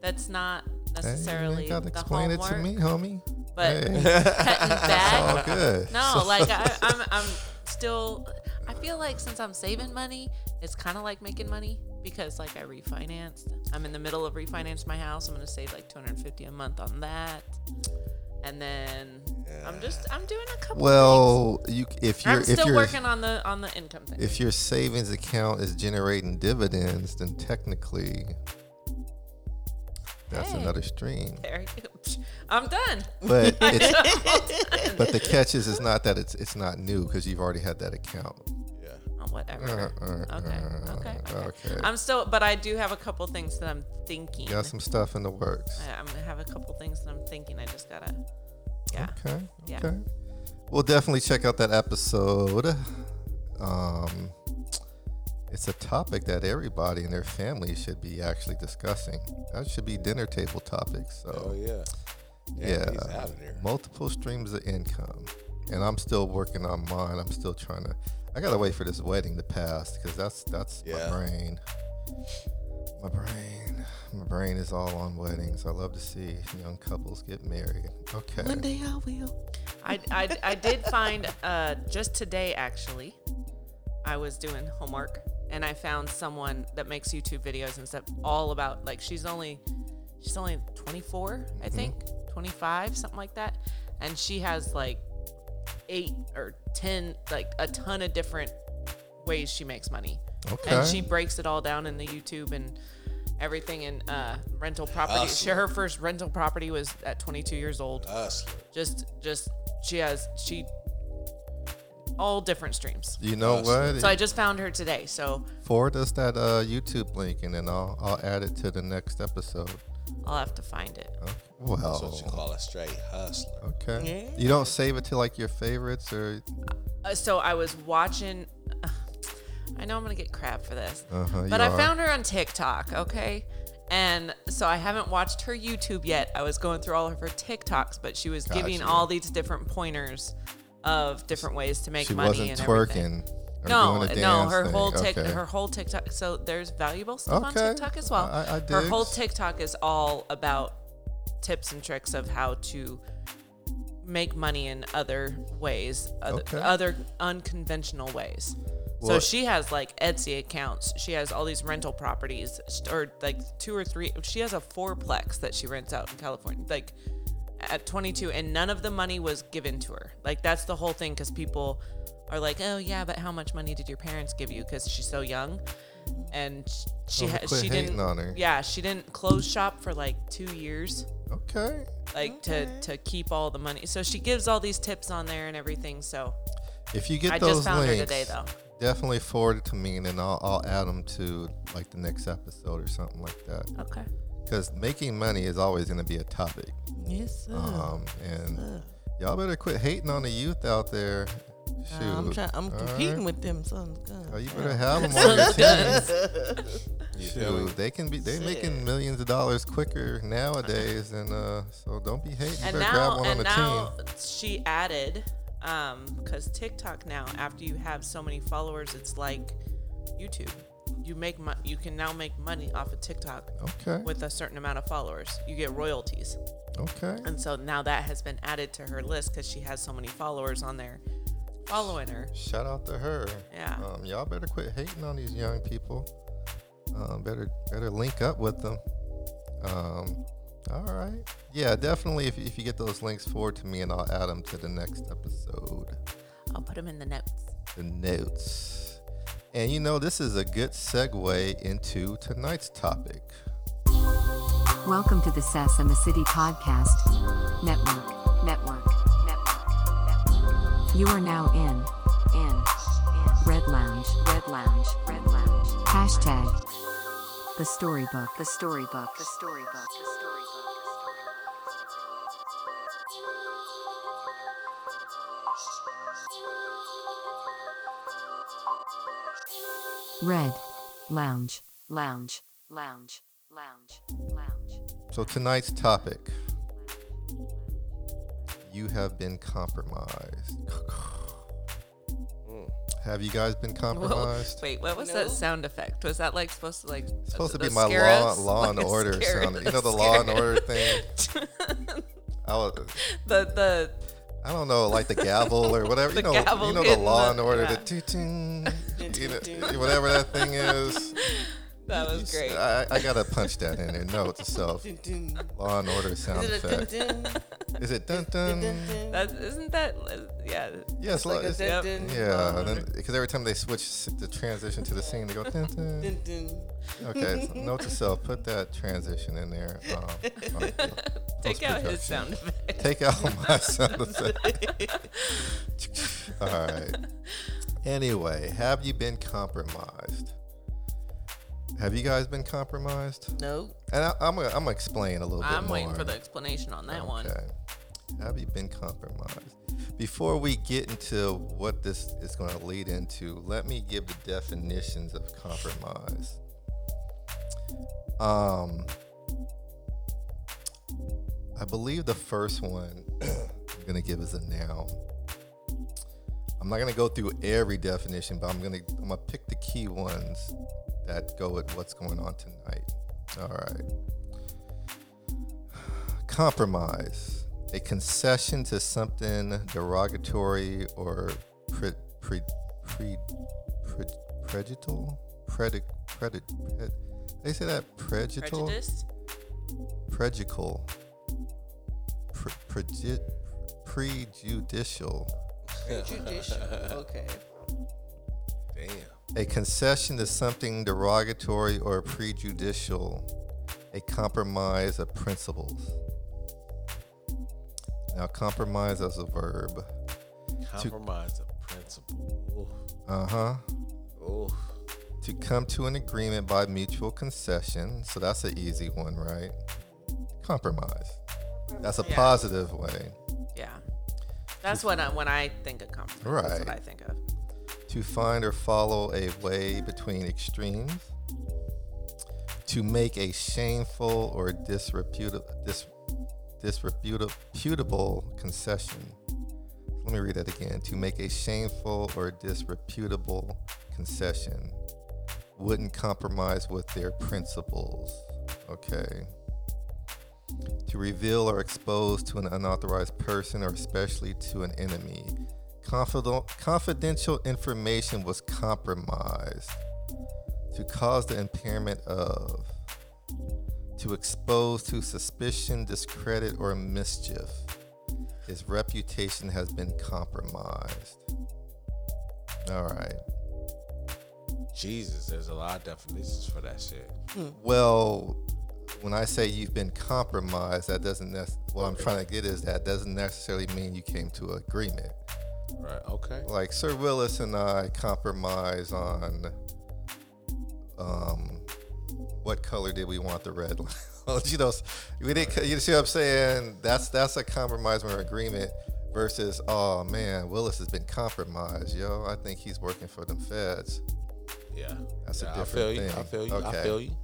That's not
Hey,
necessarily
you gotta
the
explain
homework,
it to me, homie.
but (laughs)
Hey, (laughs)
cutting back.
all good.
No,
(laughs)
like I, I'm, I'm still. I feel like since I'm saving money, it's kind of like making money because like I refinanced. I'm in the middle of refinance my house. I'm gonna save like 250 a month on that, and then I'm just I'm doing a couple. things.
Well, you if you're
I'm
if
still
you're
working on the on the income thing.
if your savings account is generating dividends, then technically that's
Hey.
another
(laughs)
stream.
There you go.
(laughs)
I'm done. (laughs)
But it's, but the catch is it's not that it's it's not new because you've already had that account.
Yeah.
Oh, whatever.
Uh, uh,
okay,
uh,
okay, okay.
okay.
I'm still, but I do have a couple things that I'm thinking.
Got some stuff in the works.
I, I'm gonna have a couple things that I'm thinking. I just gotta. Yeah.
Okay.
Yeah.
Okay. We'll definitely check out that episode. Um, it's a topic that everybody and their family should be actually discussing. That should be dinner table topics.
Oh
So
yeah.
yeah,
He's out of there.
multiple streams of income, and I'm still working on mine. I'm still trying to. I gotta wait for this wedding to pass because that's that's
Yeah.
my brain. My brain, my brain is all on weddings. I love to see young couples get married. Okay.
One day I will.
I, I, I did find uh, just today actually i was doing homework and i found someone that makes youtube videos and stuff all about like she's only she's only 24 i think 25 something like that and she has like eight or ten like a ton of different ways she makes money
Okay.
and she breaks it all down in the youtube and everything and uh, rental property she, her first rental property was at 22 years old
Us.
just just she has she all different streams
You know what?
so i just found her today so
Forward us that uh, YouTube link and then I'll, I'll add it to the next episode.
i'll have to find it
Okay.
That's what you
Well,
call a straight hustler.
okay. You don't save it to like your favorites or
uh, so i was watching (sighs) i know i'm gonna get crap for this
Uh-huh,
but
you
i
are.
found her on tiktok okay and so i haven't watched her youtube yet i was going through all of her tiktoks but she was giving
Gotcha.
all these different pointers of different ways to make
she
money
wasn't
and everything.
twerking. Or
No,
doing a
no,
dance
her
thing.
whole tick,
Okay.
her whole TikTok. So there's valuable stuff
Okay.
on TikTok as well.
I- I
her whole
digs.
TikTok is all about tips and tricks of how to make money in other ways, other,
Okay.
other unconventional ways.
Well-
so she has like Etsy accounts. She has all these rental properties, st- or like two or three. She has a fourplex that she rents out in California. Like at 22 and none of the money was given to her. Like that's the whole thing cuz people are like, "Oh yeah, but how much money did your parents give you cuz she's so young?" And sh- she
Well,
ha-
Oh, quit
she
hating
didn't
on her.
Yeah, she didn't close shop for like 2 years
Okay.
like to to keep all the money. So she gives all these tips on there and everything.
(laughs)
So (laughs)
If you get
I
those
just found her
links,
today, though.
definitely forward it to me and then I'll, I'll add them to like the next episode or something like that.
okay.
Because making money is always going to be a topic.
Yes, sir.
Um, and y'all better quit hating on the youth out there. Shoot.
I'm trying. I'm
All
competing
right.
with them. Sons. God.
Oh, you better
(laughs)
have them on your team.
You feel me?
Dude, they can be they making millions of dollars quicker nowadays, and uh, so don't be hating. You
and
better grab
now
one on
and
the
now
team.
she added um because tiktok now after you have so many followers it's like youtube you make mo- you can now make money off of tiktok
Okay.
with a certain amount of followers you get royalties
Okay.
and so now that has been added to her list because she has so many followers on there following her
Shout out to her.
Yeah.
Um, y'all better quit hating on these young people. Um, better better link up with them. Um, all right. Yeah, definitely. If, if you get those links forward to me, and I'll add them to the next episode.
i'll put them in the notes
the notes. And you know, this is a good segue into tonight's topic.
Welcome to the Sass and the City Podcast Network. Network. Network. You are now in. In. Red Lounge. Red Lounge. Red Lounge. Hashtag. The Storybook. The Storybook. The Storybook. The Storybook. Red. Lounge. Lounge. Lounge. Lounge. Lounge.
So, tonight's topic you have been compromised. Have you guys been compromised?
Mm. wait what was that sound effect was that like supposed to like
It's supposed to
uh,
be my
scare
law,
us?
law and
(laughs) Like,
order
scare
sound. You
(laughs) us,
know the law and
scare-
order thing. I was,
(laughs) the the
I don't know, like the gavel or whatever. you
The
know,
gavel
you know the
hitting
law
the-
and order,
yeah. (laughs)
the tooting, you know, whatever that thing is.
That was great.
I, I gotta punch that in there. Note to self. Law and Order sound
Is it a
effect. Is it dun dun?
(laughs)
That isn't that uh, yeah.
Yes, like
a
it's,
Yep. Uh-huh.
dun, dun,
yeah. Because every time they switch s- the transition to the scene, they go dun dun.
(laughs) dun, dun.
Okay, so note to self: put that transition in
(laughs)
there. Um, on-
Take out
post-production.
his sound effect.
Take out (laughs) my sound effect. (laughs) All right. Anyway, have you been compromised? Have you guys been compromised?
No.
And I, I'm gonna I'm gonna explain a little bit
I'm
more.
waiting for the explanation on that one.
Okay. Have you been compromised? Before we get into what this is going to lead into, let me give the definitions of compromise. Um, I believe the first one (clears throat) I'm going to give is a noun. I'm not going to go through every definition, but I'm going to I'm going to pick the key ones that go with what's going on tonight. All right. (sighs) Compromise, a concession to something derogatory or pre, pre, pre, pre, prejudicial. Predi, predi, pred- they say that prejudicial,
Prejudiced?
prejudicial, pre, prejud- prejudicial,
(laughs) Judicial. Okay.
Damn.
a concession to something derogatory or prejudicial, a compromise of principles. Now, compromise as a verb.
Compromise of principle.
Uh huh.
Ooh. Ooh.
To come to an agreement by mutual concession. So that's an easy one, right? Compromise. That's a
Yeah.
positive way.
Yeah. That's what I when I think of compromise. That's what
Right.
I think of.
To find or follow a way between extremes. To make a shameful or disreputable, dis, disreputable concession. Let me read that again. To make a shameful or disreputable concession wouldn't compromise with their principles. Okay. To reveal or expose to an unauthorized person or especially to an enemy. Confidel- confidential information was compromised. To cause the impairment of. To expose to suspicion, discredit, or mischief. His reputation has been compromised. All right.
Jesus, there's a lot of definitions for that shit.
Well, when I say you've been compromised, that doesn't nec- what I'm trying to get is that doesn't necessarily mean you came to agreement.
Right. Okay.
Like Sir Willis and I compromise on um what color did we want the red (laughs) lounge? you know, we didn't co- you see what I'm saying? That's that's a compromise or agreement versus oh man, Willis has been compromised, yo. I think he's working for them feds.
Yeah.
That's a
yeah,
different
I
thing.
feel you. I feel you.
Okay.
I feel you.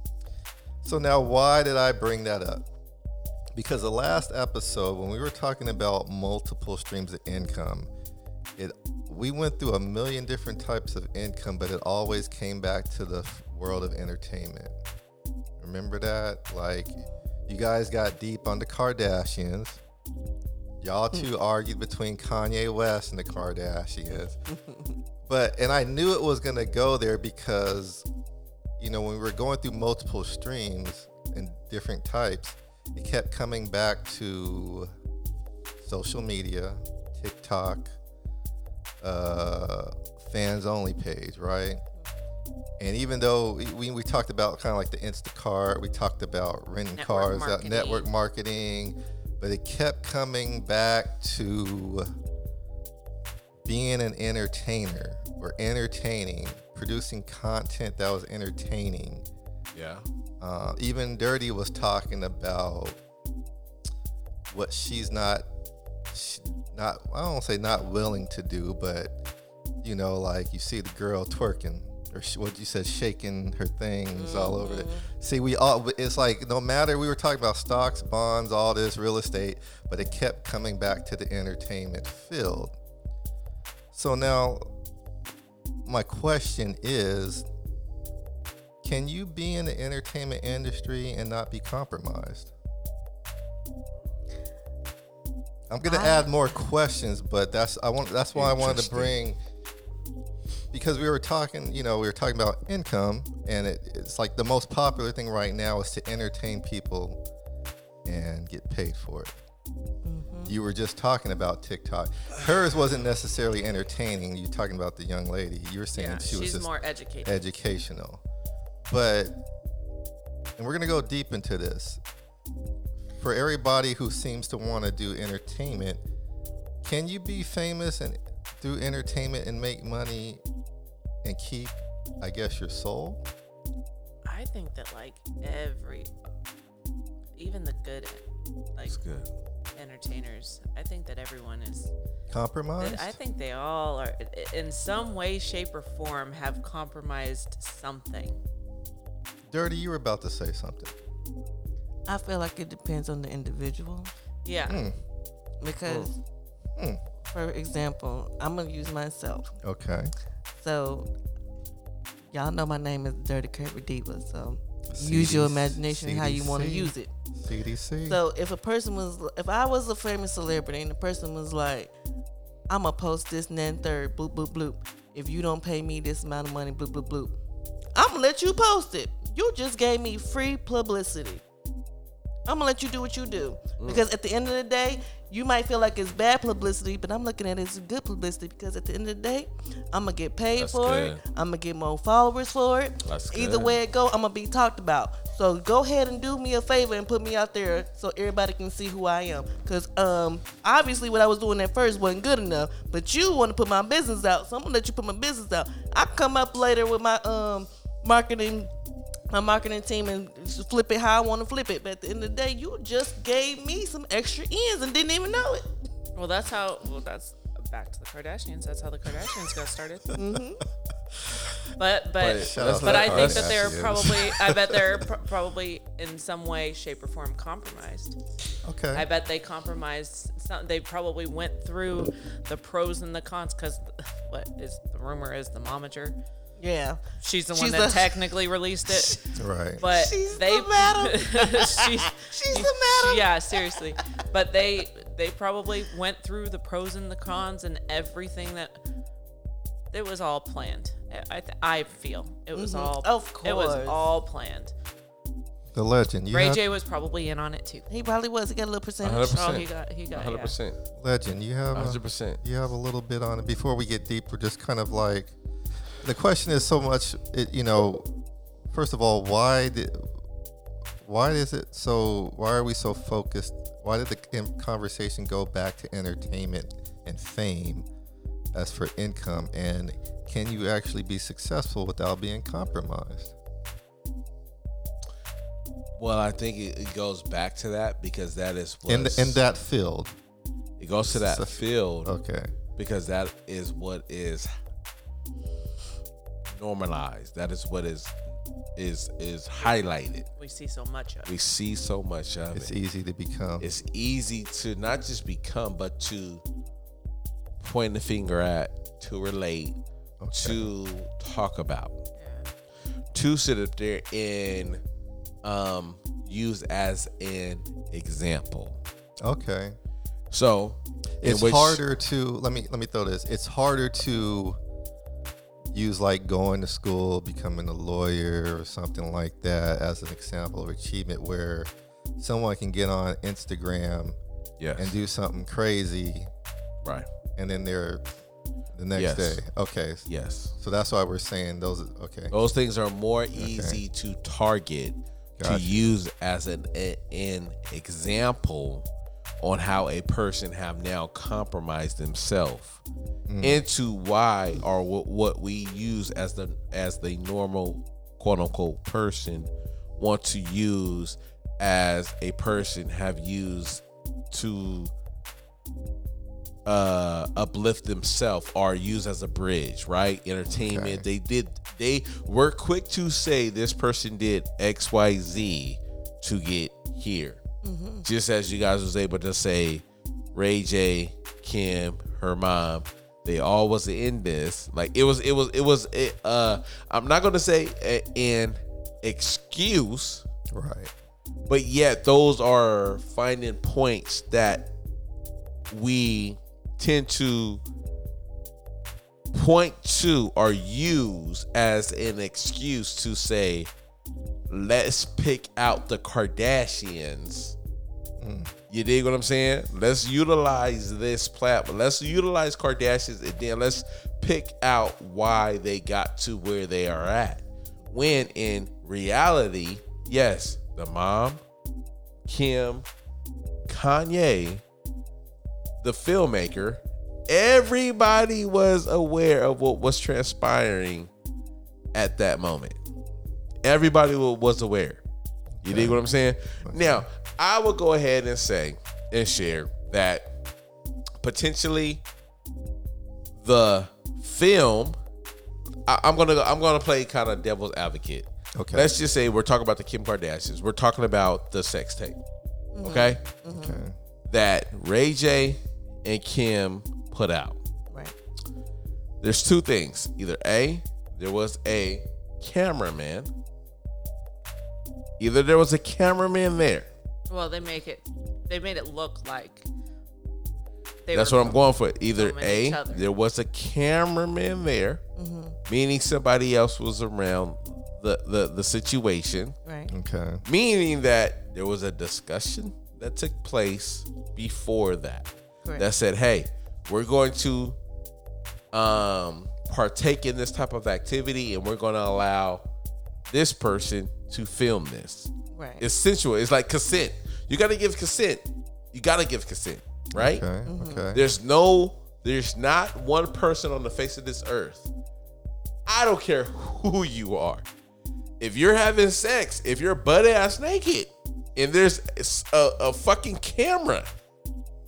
So now, why did I bring that up? Because the last episode, when we were talking about multiple streams of income, it we went through a million different types of income, but it always came back to the f- world of entertainment. Remember that? Like, you guys got deep on the Kardashians. Y'all two argued between Kanye West and the Kardashians. but and I knew it was gonna go there because you know, when we were going through multiple streams and different types, it kept coming back to social media, TikTok, uh, fans only page, right? And even though we- we, we talked about kind of like the Instacart, we talked about renting
Network
cars, out-
marketing.
network marketing, but it kept coming back to being an entertainer or entertaining, producing content that was entertaining.
Yeah.
Uh, even Dirty was talking about what she's not, she, not I don't say not willing to do, but you know, like you see the girl twerking or sh- what you said, shaking her things all over. The, see, we all it's like no matter we were talking about stocks, bonds, all this real estate, but it kept coming back to the entertainment field. So now, my question is can you be in the entertainment industry and not be compromised? I'm gonna
I-
add more questions, but that's I want. That's why I wanted to bring because we were talking, you know, we were talking about income, and it, it's like the most popular thing right now is to entertain people and get paid for it.
Mm-hmm.
You were just talking about TikTok. Hers wasn't necessarily entertaining. You're talking about the young lady. You were saying
Yeah,
she was
she's
just
more educated.
educational. But, and we're going to go deep into this. For everybody who seems to want to do entertainment, can you be famous and through entertainment and make money and keep, I guess, your soul?
I think that like every, even the good, like
It's good.
entertainers, I think that everyone is.
Compromise?
I think they all are, in some way, shape, or form, have compromised something.
Dirty, you were about to say something.
I feel like it depends on the individual
Yeah.
because, Oh.
Mm.
for example, I'm gonna use myself.
Okay.
So, y'all know my name is Dirty Curvy Diva. So, use your
CDC.
imagination how you want to
CDC.
use it.
CDC.
So if a person was, if I was a famous celebrity and the person was like, I'm gonna post this and then third, bloop bloop bloop. If you don't pay me this amount of money, bloop bloop bloop, I'm gonna let you post it. You just gave me free publicity. I'm gonna let you do what you do
Mm.
because at the end of the day, you might feel like it's bad publicity, but I'm looking at it as good publicity because at the end of the day, I'm gonna get paid
That's
for it.
good.
I'm gonna get more followers for it.
That's
Either
good.
way it go, I'm gonna be talked about. So go ahead and do me a favor and put me out there so everybody can see who I am. Cause um obviously what I was doing at first wasn't good enough, but you want to put my business out, so I'm gonna let you put my business out. I come up later with my um marketing. My marketing team and just flip it how I want to flip it, but at the end of the day, you just gave me some extra ends and didn't even know it.
Well, that's how. Well, that's back to the Kardashians. That's how the Kardashians got started. But but
Shout
but,
out to the
I think that they're
Kardashians.
probably. I bet
(laughs)
they're pr- probably in some way, shape, or form compromised.
okay.
I bet they compromised. Some, they probably went through the pros and the cons because (laughs) what is the rumor is the momager.
Yeah,
She's the
She's
one that
the-
technically released it.
right.
But
She's
they,
the
(laughs)
madam.
she's,
(laughs) She's the madam.
Yeah, seriously. But they they probably went through the pros and the cons and everything that it was all planned. I I, th- I feel it was all
Mm-hmm. Of
it was
course.
all planned.
the legend. You
Ray
have,
J was probably in on it too.
he probably was. He got a little percentage.
100%.
Oh, he got he got
hundred
yeah.
percent,
legend. You have. a-
hundred percent.
you have a little bit on it before we get deeper just kind of like the question is so much it, you know first of all why did why is it so why are we so focused why did the in- conversation go back to entertainment and fame as for income and can you actually be successful without being compromised
Well, I think it, it goes back to that because that is what
in, the, in that field
it goes to that
So-
field
okay
because that is what is normalized. That is what is is is highlighted.
We see so much of.
We see so much of
it's
it.
easy to become
It's easy to not just become, but to point the finger at, to relate, to talk about, to sit up there and um, use as an example.
okay
So in
it's
which-
harder to let me let me throw this it's harder to use like going to school becoming a lawyer or something like that as an example of achievement where someone can get on instagram
Yes.
and do something crazy
right.
and then they're the next
Yes.
day okay
Yes.
so that's why we're saying those okay
Those things are more easy to target
Gotcha.
to use as an, a- an example on how a person have now compromised themselves into why or what, what we use as the as the normal quote unquote person want to use as a person have used to uh uplift themselves or use as a bridge right entertainment they did they were quick to say this person did xyz to get here just as you guys was able to say ray j kim her mom they all was in this like it was it was it was it, uh i'm not gonna say a, an excuse
right
but yet those are finding points that we tend to point to or use as an excuse to say, let's pick out the Kardashians. You dig what I'm saying? Let's utilize this platform. Let's utilize Kardashians and then let's pick out why they got to where they are at. When in reality, yes, the mom, Kim, Kanye, the filmmaker, everybody was aware of what was transpiring at that moment. Everybody wa- was aware. You dig what I'm saying? Now, I will go ahead and say and share that potentially the film. I, I'm gonna I'm gonna play kind of devil's advocate.
Okay.
Let's just say we're talking about the Kim Kardashians. We're talking about the sex tape. Okay.
Mm-hmm. Okay.
That Ray J and Kim put out
Right.
there's two things. Either A, there was a cameraman. Either there was a cameraman there.
Well, they make it. They made it look like. They
That's
were-
what I'm going for. Either
filming
A,
each other. Mm-hmm.
there was a cameraman there, meaning somebody else was around the, the, the situation,
Right.
Okay.
meaning that there was a discussion that took place before that.
Correct.
that said, "Hey, we're going to um, partake in this type of activity, and we're going to allow this person to film this."
right.
It's sensual. It's like consent. You got to give consent. You got to give consent, right?
Okay. Okay.
There's no, there's not one person on the face of this earth. I don't care who you are. If you're having sex, if you're butt ass naked, and there's a, a fucking camera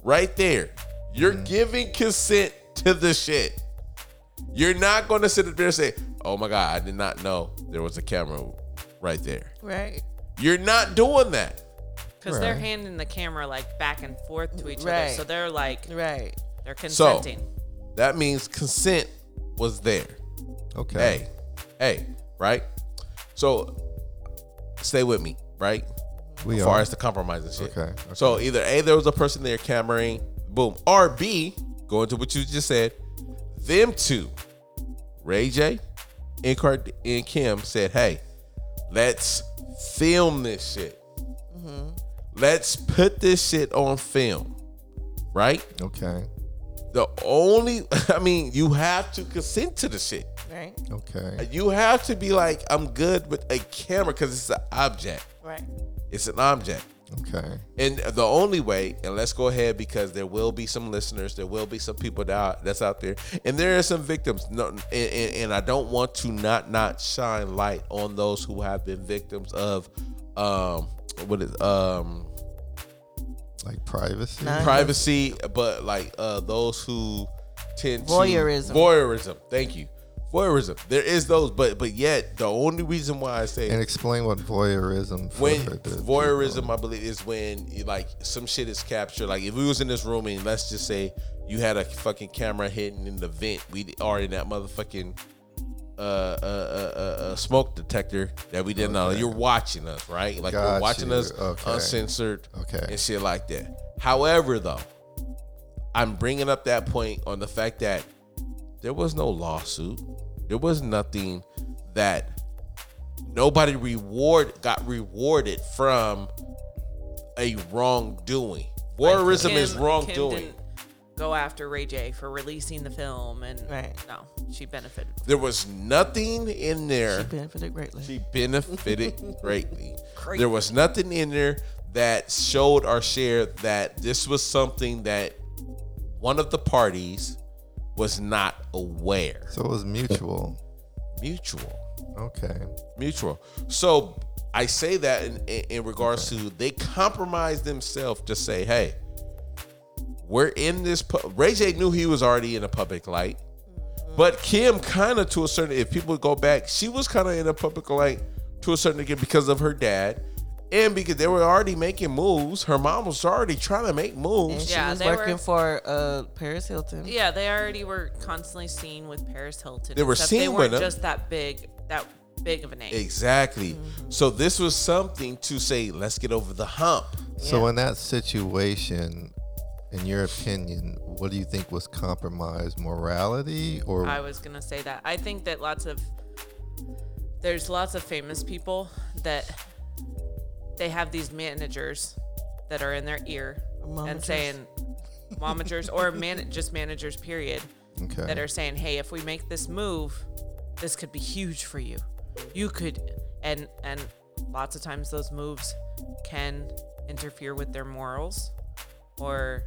right there, you're giving consent to the shit. You're not going to sit up there and say, "Oh my god, I did not know there was a camera right there."
right.
You're not doing that.
Because they're
Right.
handing the camera like back and forth to each other,
Right.
so they're like
Right.
they're consenting.
That means consent was there.
Okay.
hey, hey, right? So stay with me, right?
We
As far
are.
as the compromise and shit.
Okay, okay.
So either A, there was a person there cameraing, boom, or B, going to what you just said, them two, Ray J and, Card- and Kim said, hey, let's film this shit. Let's put this shit on film, right?
Okay.
The only, (laughs) I mean, you have to consent to the shit.
Right.
Okay.
You have to be like, I'm good with a camera because it's an object.
Right.
It's an object.
Okay.
And the only way, and let's go ahead because there will be some listeners, there will be some people that out, that's out there, and there are some victims. No, and, and, and I don't want to not not shine light on those who have been victims of, um, what is um,
Like privacy.
Nice.
privacy, but like uh those who tend
Voyeurism.
to voyeurism. Thank you, voyeurism. There is those, but but yet the only reason why I say
And explain what voyeurism. for
when
the people.
voyeurism, I believe, is when you, like some shit is captured. Like if we was in this room and let's just say you had a fucking camera hidden in the vent, we are in that motherfucking uh, uh, uh, uh, uh, smoke detector that we didn't know. You're watching us, right? Like
Got
you're watching
you.
us
Okay.
uncensored
Okay.
and shit like that. However, though, I'm bringing up that point on the fact that there was no lawsuit. There was nothing that nobody reward got rewarded from a wrongdoing. Voyeurism
Kim-
is wrongdoing.
Kim didn't go after Ray J for releasing the film, and
Right.
no, she benefited.
There was nothing in there.
She benefited greatly.
She benefited
(laughs)
greatly.
Great.
There was nothing in there that showed or shared that this was something that one of the parties was not aware.
So it was mutual.
Mutual.
Okay.
Mutual. So I say that in, in, in regards to they compromise themselves to say, hey, we're in this. Pu-. Ray J knew he was already in a public light, but Kim kind of to a certain. If people go back, she was kind of in a public light to a certain degree because of her dad, and because they were already making moves. Her mom was already trying to make
and
moves.
she
Yeah,
was
they were-
working for uh Paris Hilton.
Yeah, they already were constantly seen with Paris Hilton.
They were
except They
seen with
weren't
them.
just that big, that big of a name.
Exactly. So this was something to say. Let's get over the hump.
So in that situation, in your opinion, what do you think was compromised? Morality or
I was gonna say that. I think that lots of there's lots of famous people that they have these managers that are in their ear and
Momenters.
saying momagers or man just managers
(laughs)
period
Mm-hmm.
okay?
that are saying, "Hey, if we make this move, this could be huge for you. You could." And and lots of times those moves can interfere with their morals or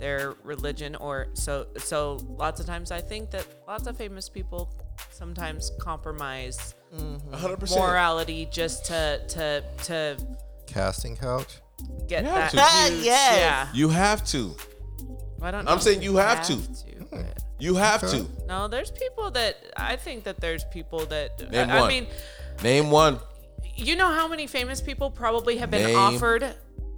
their religion or so so lots of times I think that lots of famous people sometimes compromise
100%.
morality just to to to
casting couch.
get
Yeah,
that
to-
(laughs)
yes.
yeah
You have to.
I don't
I'm
know
saying
if
you have to.
but-
You have
Okay.
to.
No, there's people that I think that there's people that I-
Name
I
one.
mean,
Name one.
you know how many famous people probably have been
Name
offered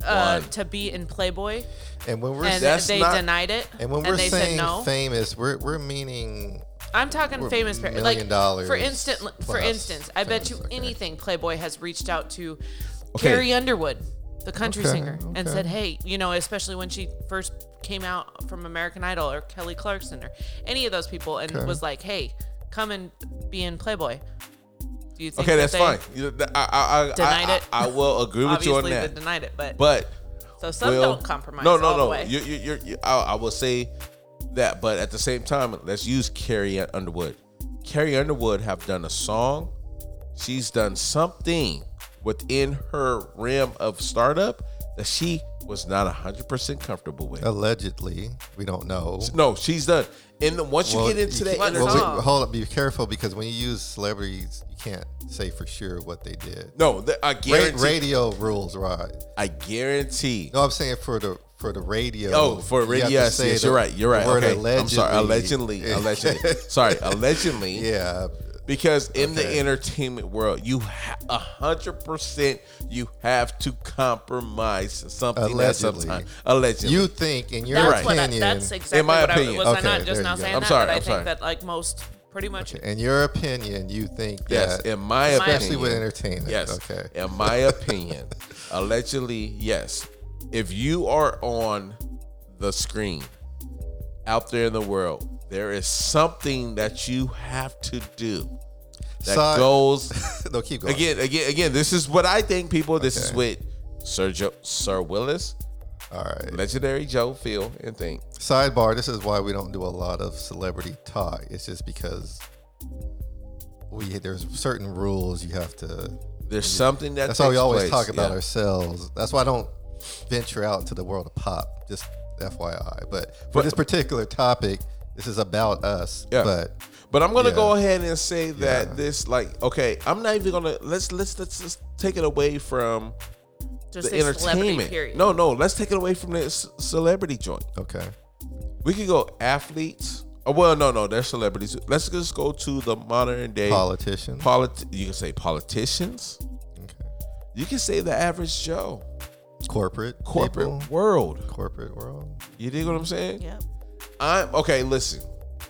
uh,
one.
to be in Playboy
And when we're
and
sa-
that's
they
not-
denied it
and when we're
they
saying
said no.
famous, we're we're meaning
I'm talking
we're
famous par-
million
like
dollars
for instance for
plus
instance, I bet
famous,
you
okay.
anything Playboy has reached out to
Okay.
Carrie Underwood, the country
Okay,
singer, and said,
okay.
"Hey, you know, especially when she first came out from American Idol or Kelly Clarkson or any of those people and
Okay.
was like, "Hey, come and be in Playboy." Do you think
Okay,
that
that's
they-
fine. You- th- I, I, I,
Denied
I,
it?
I, I will agree with you on
Obviously, they
that.
denied it, but
But
so some
will-
don't compromise.
No, no,
all
no.
The way.
You, you, you're, you, I, I will say that, but at the same time, let's use Carrie Underwood. Carrie Underwood have done a song. She's done something within her realm of startup that she was not hundred percent comfortable with.
allegedly. We don't know.
No, she's done. And then once you
Well,
get into that,
can't-
inner-
Well,
we-
song.
hold up, be careful because when you use celebrities, you can't say for sure what they did.
no, th- I
Ra-
guarantee.
radio rules, right?
I guarantee.
No, I'm saying for the for the radio.
Oh, for
you
radio.
have to
Yes,
say
yes,
the-
you're right. You're
the
right.
word
Okay. I'm sorry. Allegedly,
allegedly. (laughs)
allegedly. sorry, allegedly.
yeah,
Because in
Okay.
the entertainment world, you ha- a hundred percent you have to compromise something at
Allegedly.
some time. Allegedly,
you think in your
that's
right.
what I,
opinion.
that's exactly
In my
what
opinion.
I was.
Okay,
I not
there
just
you
now
go.
saying
I'm
that,
sorry,
but I
I'm
think
sorry.
that like most, pretty much,
in your opinion, you think
yes.
that,
In my opinion,
especially with entertainment.
Yes.
Okay.
In my opinion, allegedly, yes. If you are on the screen out there in the world, there is something that you have to do that
So- (laughs)
goes
(laughs) no, keep going.
again, again, again. This is what I think, people. This is
Okay.
with Sir jo- Sir Willis,
All right.
legendary Joe Phil, and think.
Sidebar: This is why we don't do a lot of celebrity talk. It's just because we there's certain rules you have to.
There's something that
That's why we
takes
always
place,
talk about
yeah.
ourselves. That's why I don't venture out into the world of pop. Just FYI. But for
But-
this particular topic, this is about us.
Yeah.
But
But I'm gonna
Yeah.
go ahead and say that
Yeah.
this, like, okay, I'm not even gonna let's let's let's let's take it away from the
just say celebrity
entertainment.
period.
No, no, let's take it away from the c- celebrity joint.
okay.
We could go athletes. Oh, well, no, no, they're celebrities. Let's just go to the modern day
Politician.
polit. You can say politicians.
okay.
You can say the average Joe.
Corporate.
Corporate
people.
world.
Corporate world.
You dig what I'm saying?
Yep.
I'm okay. Listen,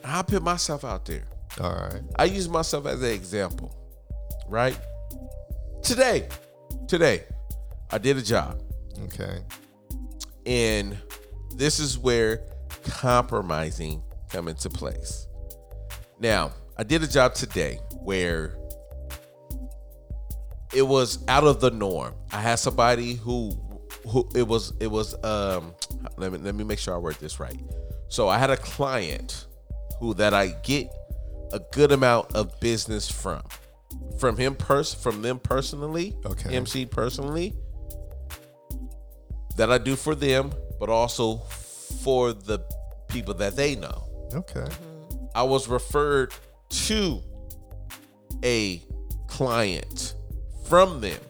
I put myself out there.
All right.
I use myself as an example, right? Today, today, I did a job,
Okay.
and this is where compromising come into place. Now, I did a job today where it was out of the norm. I had somebody who who it was it was um let me let me make sure I word this right. So I had a client who that I get a good amount of business from. From him pers from them personally,
Okay.
MC personally, that I do for them, but also for the people that they know.
Okay.
I was referred to a client from them,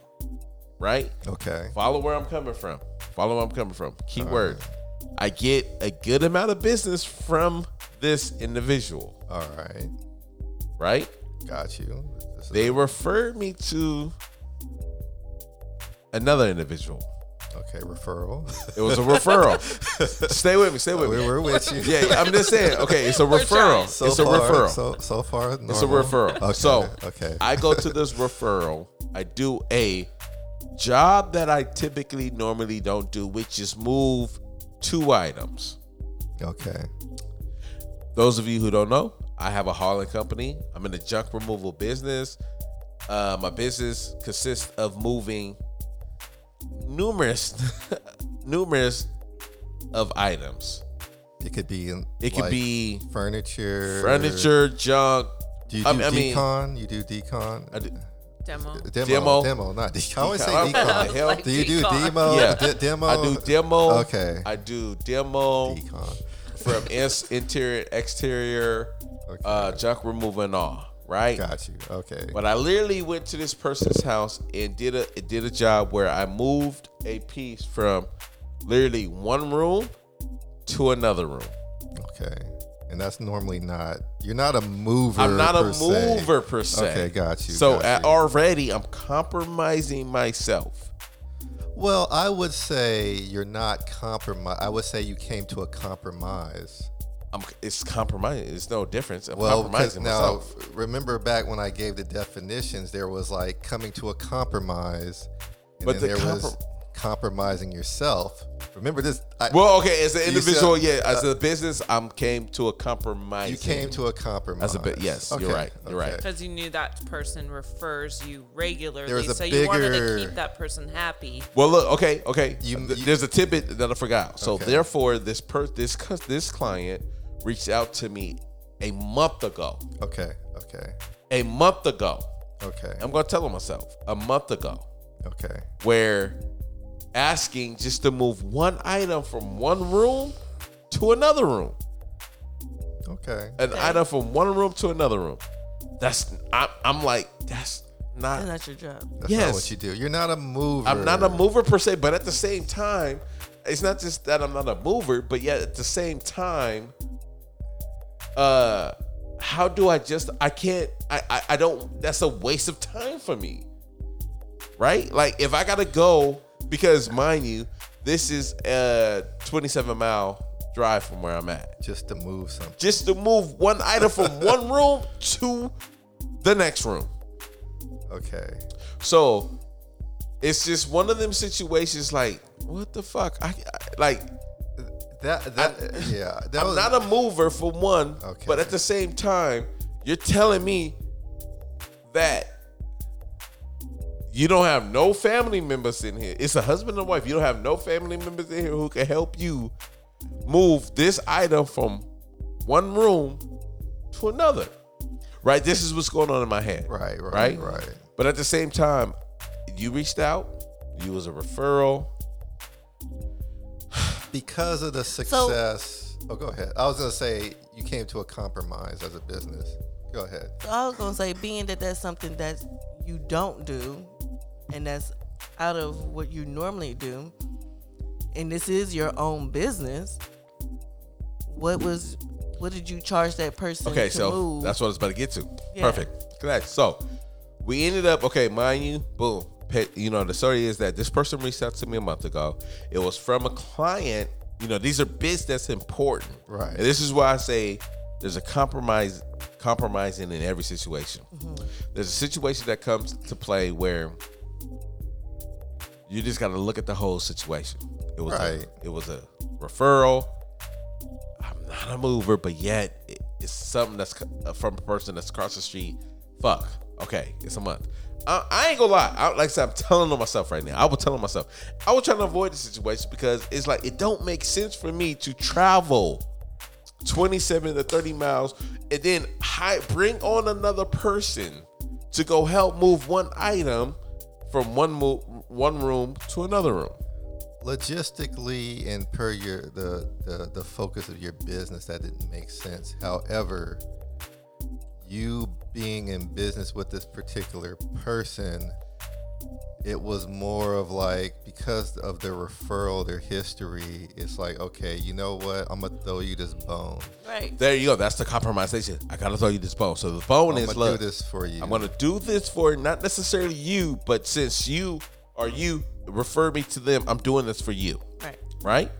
right?
Okay.
Follow where I'm coming from. Follow where I'm coming from. Keyword.
Uh-huh.
I get a good amount of business from this individual,
All right.
right?
Got you. This is-
They referred me to another individual.
okay. Referral.
It was
(laughs)
a referral. Stay with me. Stay with
Oh, we (laughs)
me.
were with you.
Yeah, I'm just saying. Okay, it's a referral.
trying.
So
it's a
far,
referral.
So, so far, normal.
It's a referral.
Uh-huh. Okay,
So
okay,
I go to this referral. I do a job that I typically normally don't do, which is move two items.
Okay.
Those of you who don't know, I have a hauling company. I'm in the junk removal business. Uh, my business consists of moving numerous, (laughs) numerous of items.
It could be. in,
It could
like,
be
furniture.
furniture, junk.
Do you do
I mean- I mean-
decon? you do decon.
I d-
Demo.
demo,
Demo.
demo. not decon. I always say
Decon. I'm like,
I was
decon.
hell,
like,
Do you do
"Decon."
demo?
Yeah.
D- demo.
I do demo.
Okay.
I do demo
decon.
from ins- interior, exterior,
Okay.
uh, junk removal, and all. Right.
Got you. Okay.
But I literally went to this person's house and did a it did a job where I moved a piece from literally one room to another room.
Okay. And that's normally not. You're not a mover.
I'm not a
per se.
mover per se.
Okay, got you,
So
got
at
you.
already I'm compromising myself.
Well, I would say you're not compromise. I would say you came to a compromise.
I'm it's compromising. It's no difference. I'm
Well, 'cause
compromising
now
myself.
remember back when I gave the definitions, there was like coming to a compromise, and
But
then
the
there was
compro-
compromising yourself. Remember this? I,
Well, okay, as an
You said- uh,
individual, yeah, as a business, I'm came to a compromise.
you came to a compromise.
As a bit- yes, you're right, you're right.
because you knew that person refers you regularly,
There was a
so you wanted to
bigger-
keep that person happy.
Well, look, okay, okay.
You-
Th-
Uh, you-
There's a tidbit that I forgot. So
Okay.
therefore, this per this cus- this client reached out to me a month ago.
Okay, okay,
A month ago,
okay,
I'm gonna tell him myself. A month ago,
okay.
where asking just to move one item from one room to another room,
Okay.
an item from one room to another room. That's I, I'm like that's
That's
not.
not your job.
That's
Yes.
not what you do. You're not a mover.
I'm not a mover per se, but at the same time, it's not just that I'm not a mover, but yet at the same time, uh, how do I just I can't I I, I don't that's a waste of time for me, right? Like if I gotta go because mind you, this is a 27 mile drive from where I'm at,
Just to move something.
just to move one item from one room to the next room.
Okay.
So it's just one of them situations. Like, what the fuck? I, I like
That that uh,
(laughs)
yeah. That
I'm
was,
not a mover for one,
Okay.
but at the same time, you're telling me that you don't have no family members in here. It's a husband and wife. You don't have no family members in here who can help you move this item from one room to another. Right? This is what's going on in my head.
right, right, right,
But at the same time, you reached out. You was a referral.
Because of the success. oh, go ahead. I was gonna say you came to a compromise as a business. Go ahead.
So I was gonna say, being that that's something that you don't do, and that's out of what you normally do, and this is your own business. What was, what did you charge that person?
Okay,
to
so
move?
that's what I was about to get to.
Yeah.
Perfect. Correct. So we ended up okay. Mind you, boom. Pay, you know the story is that this person reached out to me a month ago. It was from a client. You know these are bits that's important.
Right.
And this is why I say there's a compromise, compromising in every situation.
Mm-hmm.
There's a situation that comes to play where you just got to look at the whole situation. It was
Right.
a, it was a referral. I'm not a mover, but yet it- it's something that's co- from a person that's across the street. Fuck. Okay, it's a month. I, I ain't gonna lie. I, like I said, I'm telling on myself right now. I was telling myself. I was trying to avoid the situation because it's like it don't make sense for me to travel 27 to 30 miles and then hi, bring on another person to go help move one item from one mo- one room to another room.
Logistically and per your the, the the focus of your business, that didn't make sense. However, you being in business with this particular person, it was more of like because of their referral, their history, it's like, okay, you know what? I'm gonna throw you this bone.
right.
There you go. That's the compromisation. I gotta throw you this bone. So the bone
I'm
is
gonna
look.
do this for you.
I'm gonna do this for not necessarily you, but since you or you refer me to them, I'm doing this for you.
Right.
right?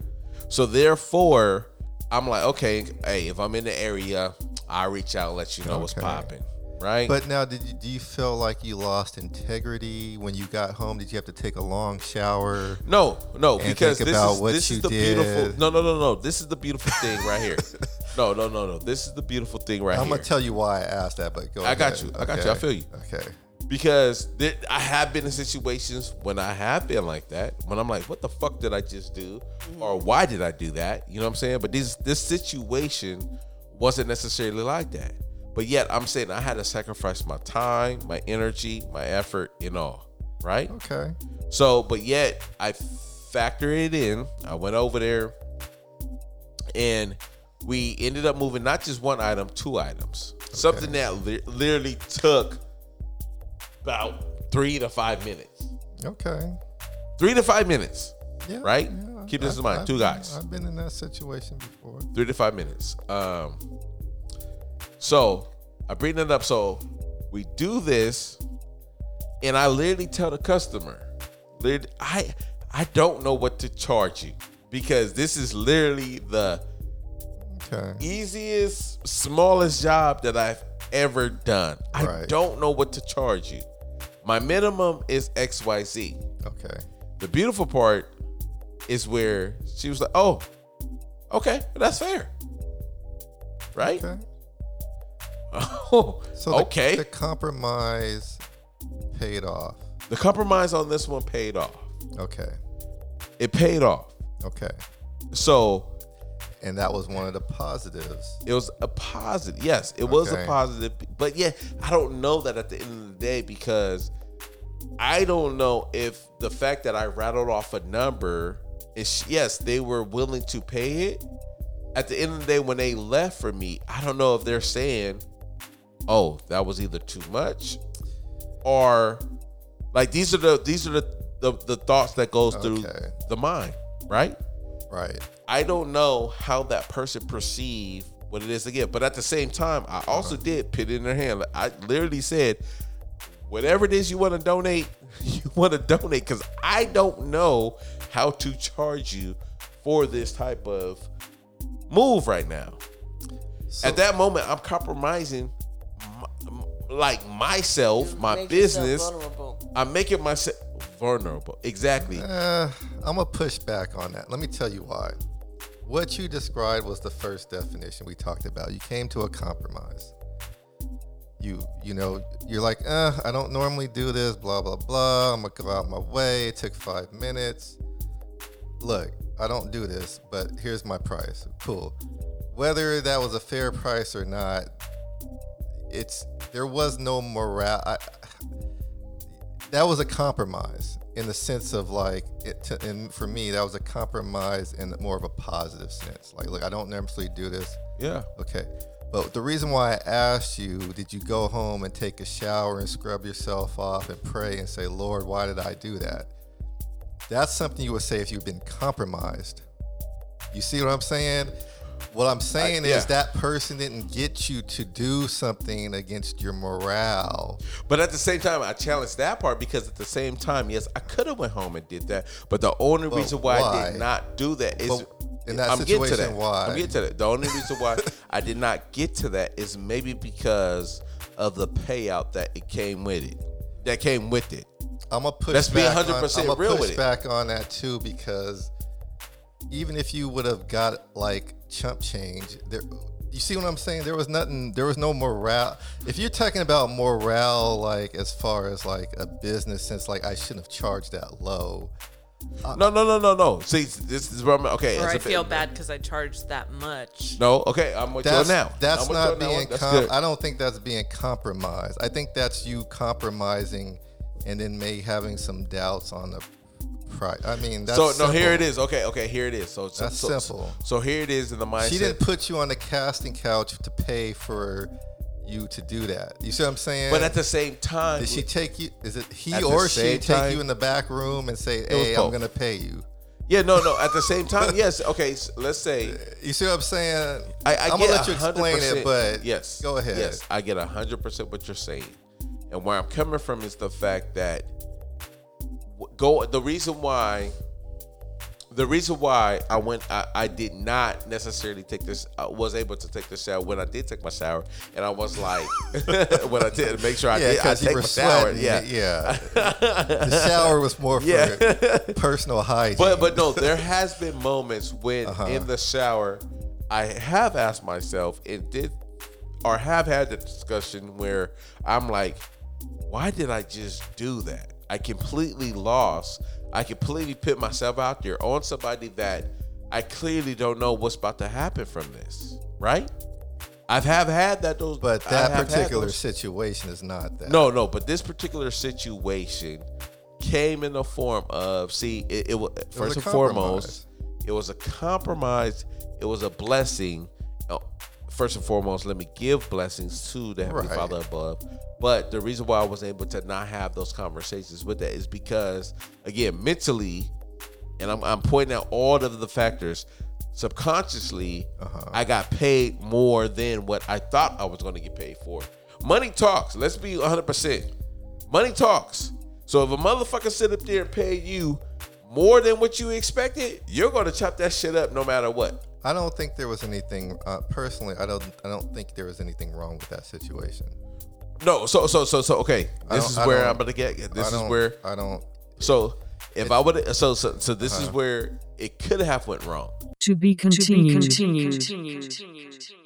So therefore, I'm like, okay, hey, if I'm in the area, I reach out, and let you know what's
Okay.
popping, right?
But now, did you, do you feel like you lost integrity when you got home? Did you have to take a long shower?
No, no,
And
because
think
this
about
is
what
this
you
is the
did.
beautiful. No, no, no, no. This is the beautiful thing
(laughs)
right here. no, no, no, no. This is the beautiful thing right
I'm
here.
gonna tell you why I asked that, but go.
I got
ahead.
you. I got you. I feel you.
Okay.
because there, I have been in situations when I have been like that. When I'm like, what the fuck did I just do, or
Mm-hmm.
why did I do that? You know what I'm saying? But this this situation wasn't necessarily like that. But yet I'm saying I had to sacrifice my time, my energy, my effort, and all. Right.
Okay.
So, but yet I factor it in. I went over there and we ended up moving not just one item, two items. Something that li- literally took about three to five minutes.
Okay.
Three to five minutes.
Yeah.
Right?
yeah.
Keep this in
I've-
mind.
I've
Two
been-
guys.
I've been in that situation before.
Three to five minutes. Um, so I bring that up. So we do this, and I literally tell the customer, lit- I I don't know what to charge you because this is literally the
Okay.
easiest, smallest job that I've ever done. I
Right.
don't know what to charge you. My minimum is XYZ.
Okay.
The beautiful part is where she was like, "Oh, okay, that's fair, right?
Okay.
(laughs) Oh,
So the,
okay."
the compromise paid off.
the compromise on this one paid off.
Okay.
It paid off.
Okay.
So
And that was one of the positives.
It was a positive. Yes, it was a
Okay.
positive. But yeah, I don't know that at the end of the day because I don't know if the fact that I rattled off a number is yes, they were willing to pay it. At the end of the day, when they left for me, I don't know if they're saying, "Oh, that was either too much," or like these are the these are the the, the thoughts that goes through
Okay.
the mind, right?
Right.
I don't know how that person perceived what it is again. But at the same time, I also
Uh-huh.
did put it in their hand. Like, I literally said, whatever it is you want to donate, (laughs) you want to donate because I don't know how to charge you for this type of move right now.
So,
At that moment, I'm compromising, my, m- like myself, my
Make yourself
business.
vulnerable.
I'm making myself vulnerable. Exactly.
uh, I'm gonna push back on that. Let me tell you why. What you described was the first definition we talked about. You came to a compromise. You you know you're like, uh, I don't normally do this. Blah blah blah. I'm gonna go out my way. It took five minutes. Look, I don't do this, but here's my price. Cool. Whether that was a fair price or not, it's there was no morale. I, that was a compromise in the sense of like it to, and for me that was a compromise in more of a positive sense like look i don't normally do this
Yeah.
okay but the reason why i asked you did you go home and take a shower and scrub yourself off and pray and say lord why did i do that that's something you would say if you've been compromised you see what i'm saying what i'm saying
yeah.
is that person didn't get you to do something against your morale
But at the same time, I challenged that part because at the same time, yes, I could have went home and did that. But the only
But
reason why, I
why?
did not do that is
But in that
I'm getting to
situation,
that.
why?
I'm getting to that. The only reason why I did not get to that is maybe because of the payout that it came with it. That came with it.
I'm gonna push.
Let's be
back
100%
on, I'm
real
push
with it.
back on that too because even if you would have got like chump change, there. You see what I'm saying? There was nothing. There was no morale. If you're talking about morale, like as far as like a business sense, like I shouldn't have charged that low. Uh,
No, no, no, no, no. See, this is where I'm okay.
Or
as
I
a-
feel bad because I charged that much.
No, okay, I'm with
That's
you on now.
that's not being.
com-
Com- I don't think that's being compromised. I think that's you compromising, and then may having some doubts on the price. I mean, that's
so no, here
simple.
it is. Okay, okay, here it is. So, so
That's
so,
simple.
So here it is in the mindset.
She didn't put you on the casting couch to pay for you to do that. You see what I'm saying?
but at the same time,
did she take you? Is it he
At the
or
same
she take
time-
you in the back room and say,
was
"Hey, I'm
both.
gonna pay you"?
Yeah, no, no. At the same time, yes. Okay, s let's say
You see what I'm saying?
I, I
am
get
gonna let you explain
100%.
it, but
yes,
go ahead.
Yes, I get hundred percent what you're saying, and where I'm coming from is the fact that w- go. The reason why the reason why I went, I, I did not necessarily take this. I was able to take the shower when I did take my shower, and I was like, (laughs) when I did make sure I
Yeah,
did, I
because you
take my
were
shower.
sweating.
Yeah,
Yeah,
(laughs)
yeah. the shower was more for
Yeah.
(laughs) personal hygiene.
but but no, there has been moments when
Uh-huh.
in the shower, I have asked myself, it did, or have had the discussion where I'm like, why did I just do that? I completely lost. I completely put myself out there on somebody that I clearly don't know what's about to happen from this, right? I've have had that those,
But
I
that
have had
particular
those-
situation is not that.
no, no, but this particular situation came in the form of see, it, it, wa- first
a
and foremost, it was a compromise. It was a blessing. Uh, First and foremost, let me give blessings to the Heavenly
Right.
Father above. But the reason why I was able to not have those conversations with that is because, again, mentally, and I'm, I'm pointing out all of the factors. Subconsciously,
Uh-huh.
I got paid more than what I thought I was going to get paid for. Money talks. Let's be 100%. Money talks. So if a motherfucker sit up there and pay you more than what you expected, you're going to chop that shit up no matter what.
I don't think there was anything uh, personally. I don't. I don't think there was anything wrong with that situation.
No, so so so so okay.
I
This
don't-
is
I
where
don't-
I'm going to get this
I
is
don't-
where
I don't.
so if I would so so, so this is where it could have went wrong.
To be continued.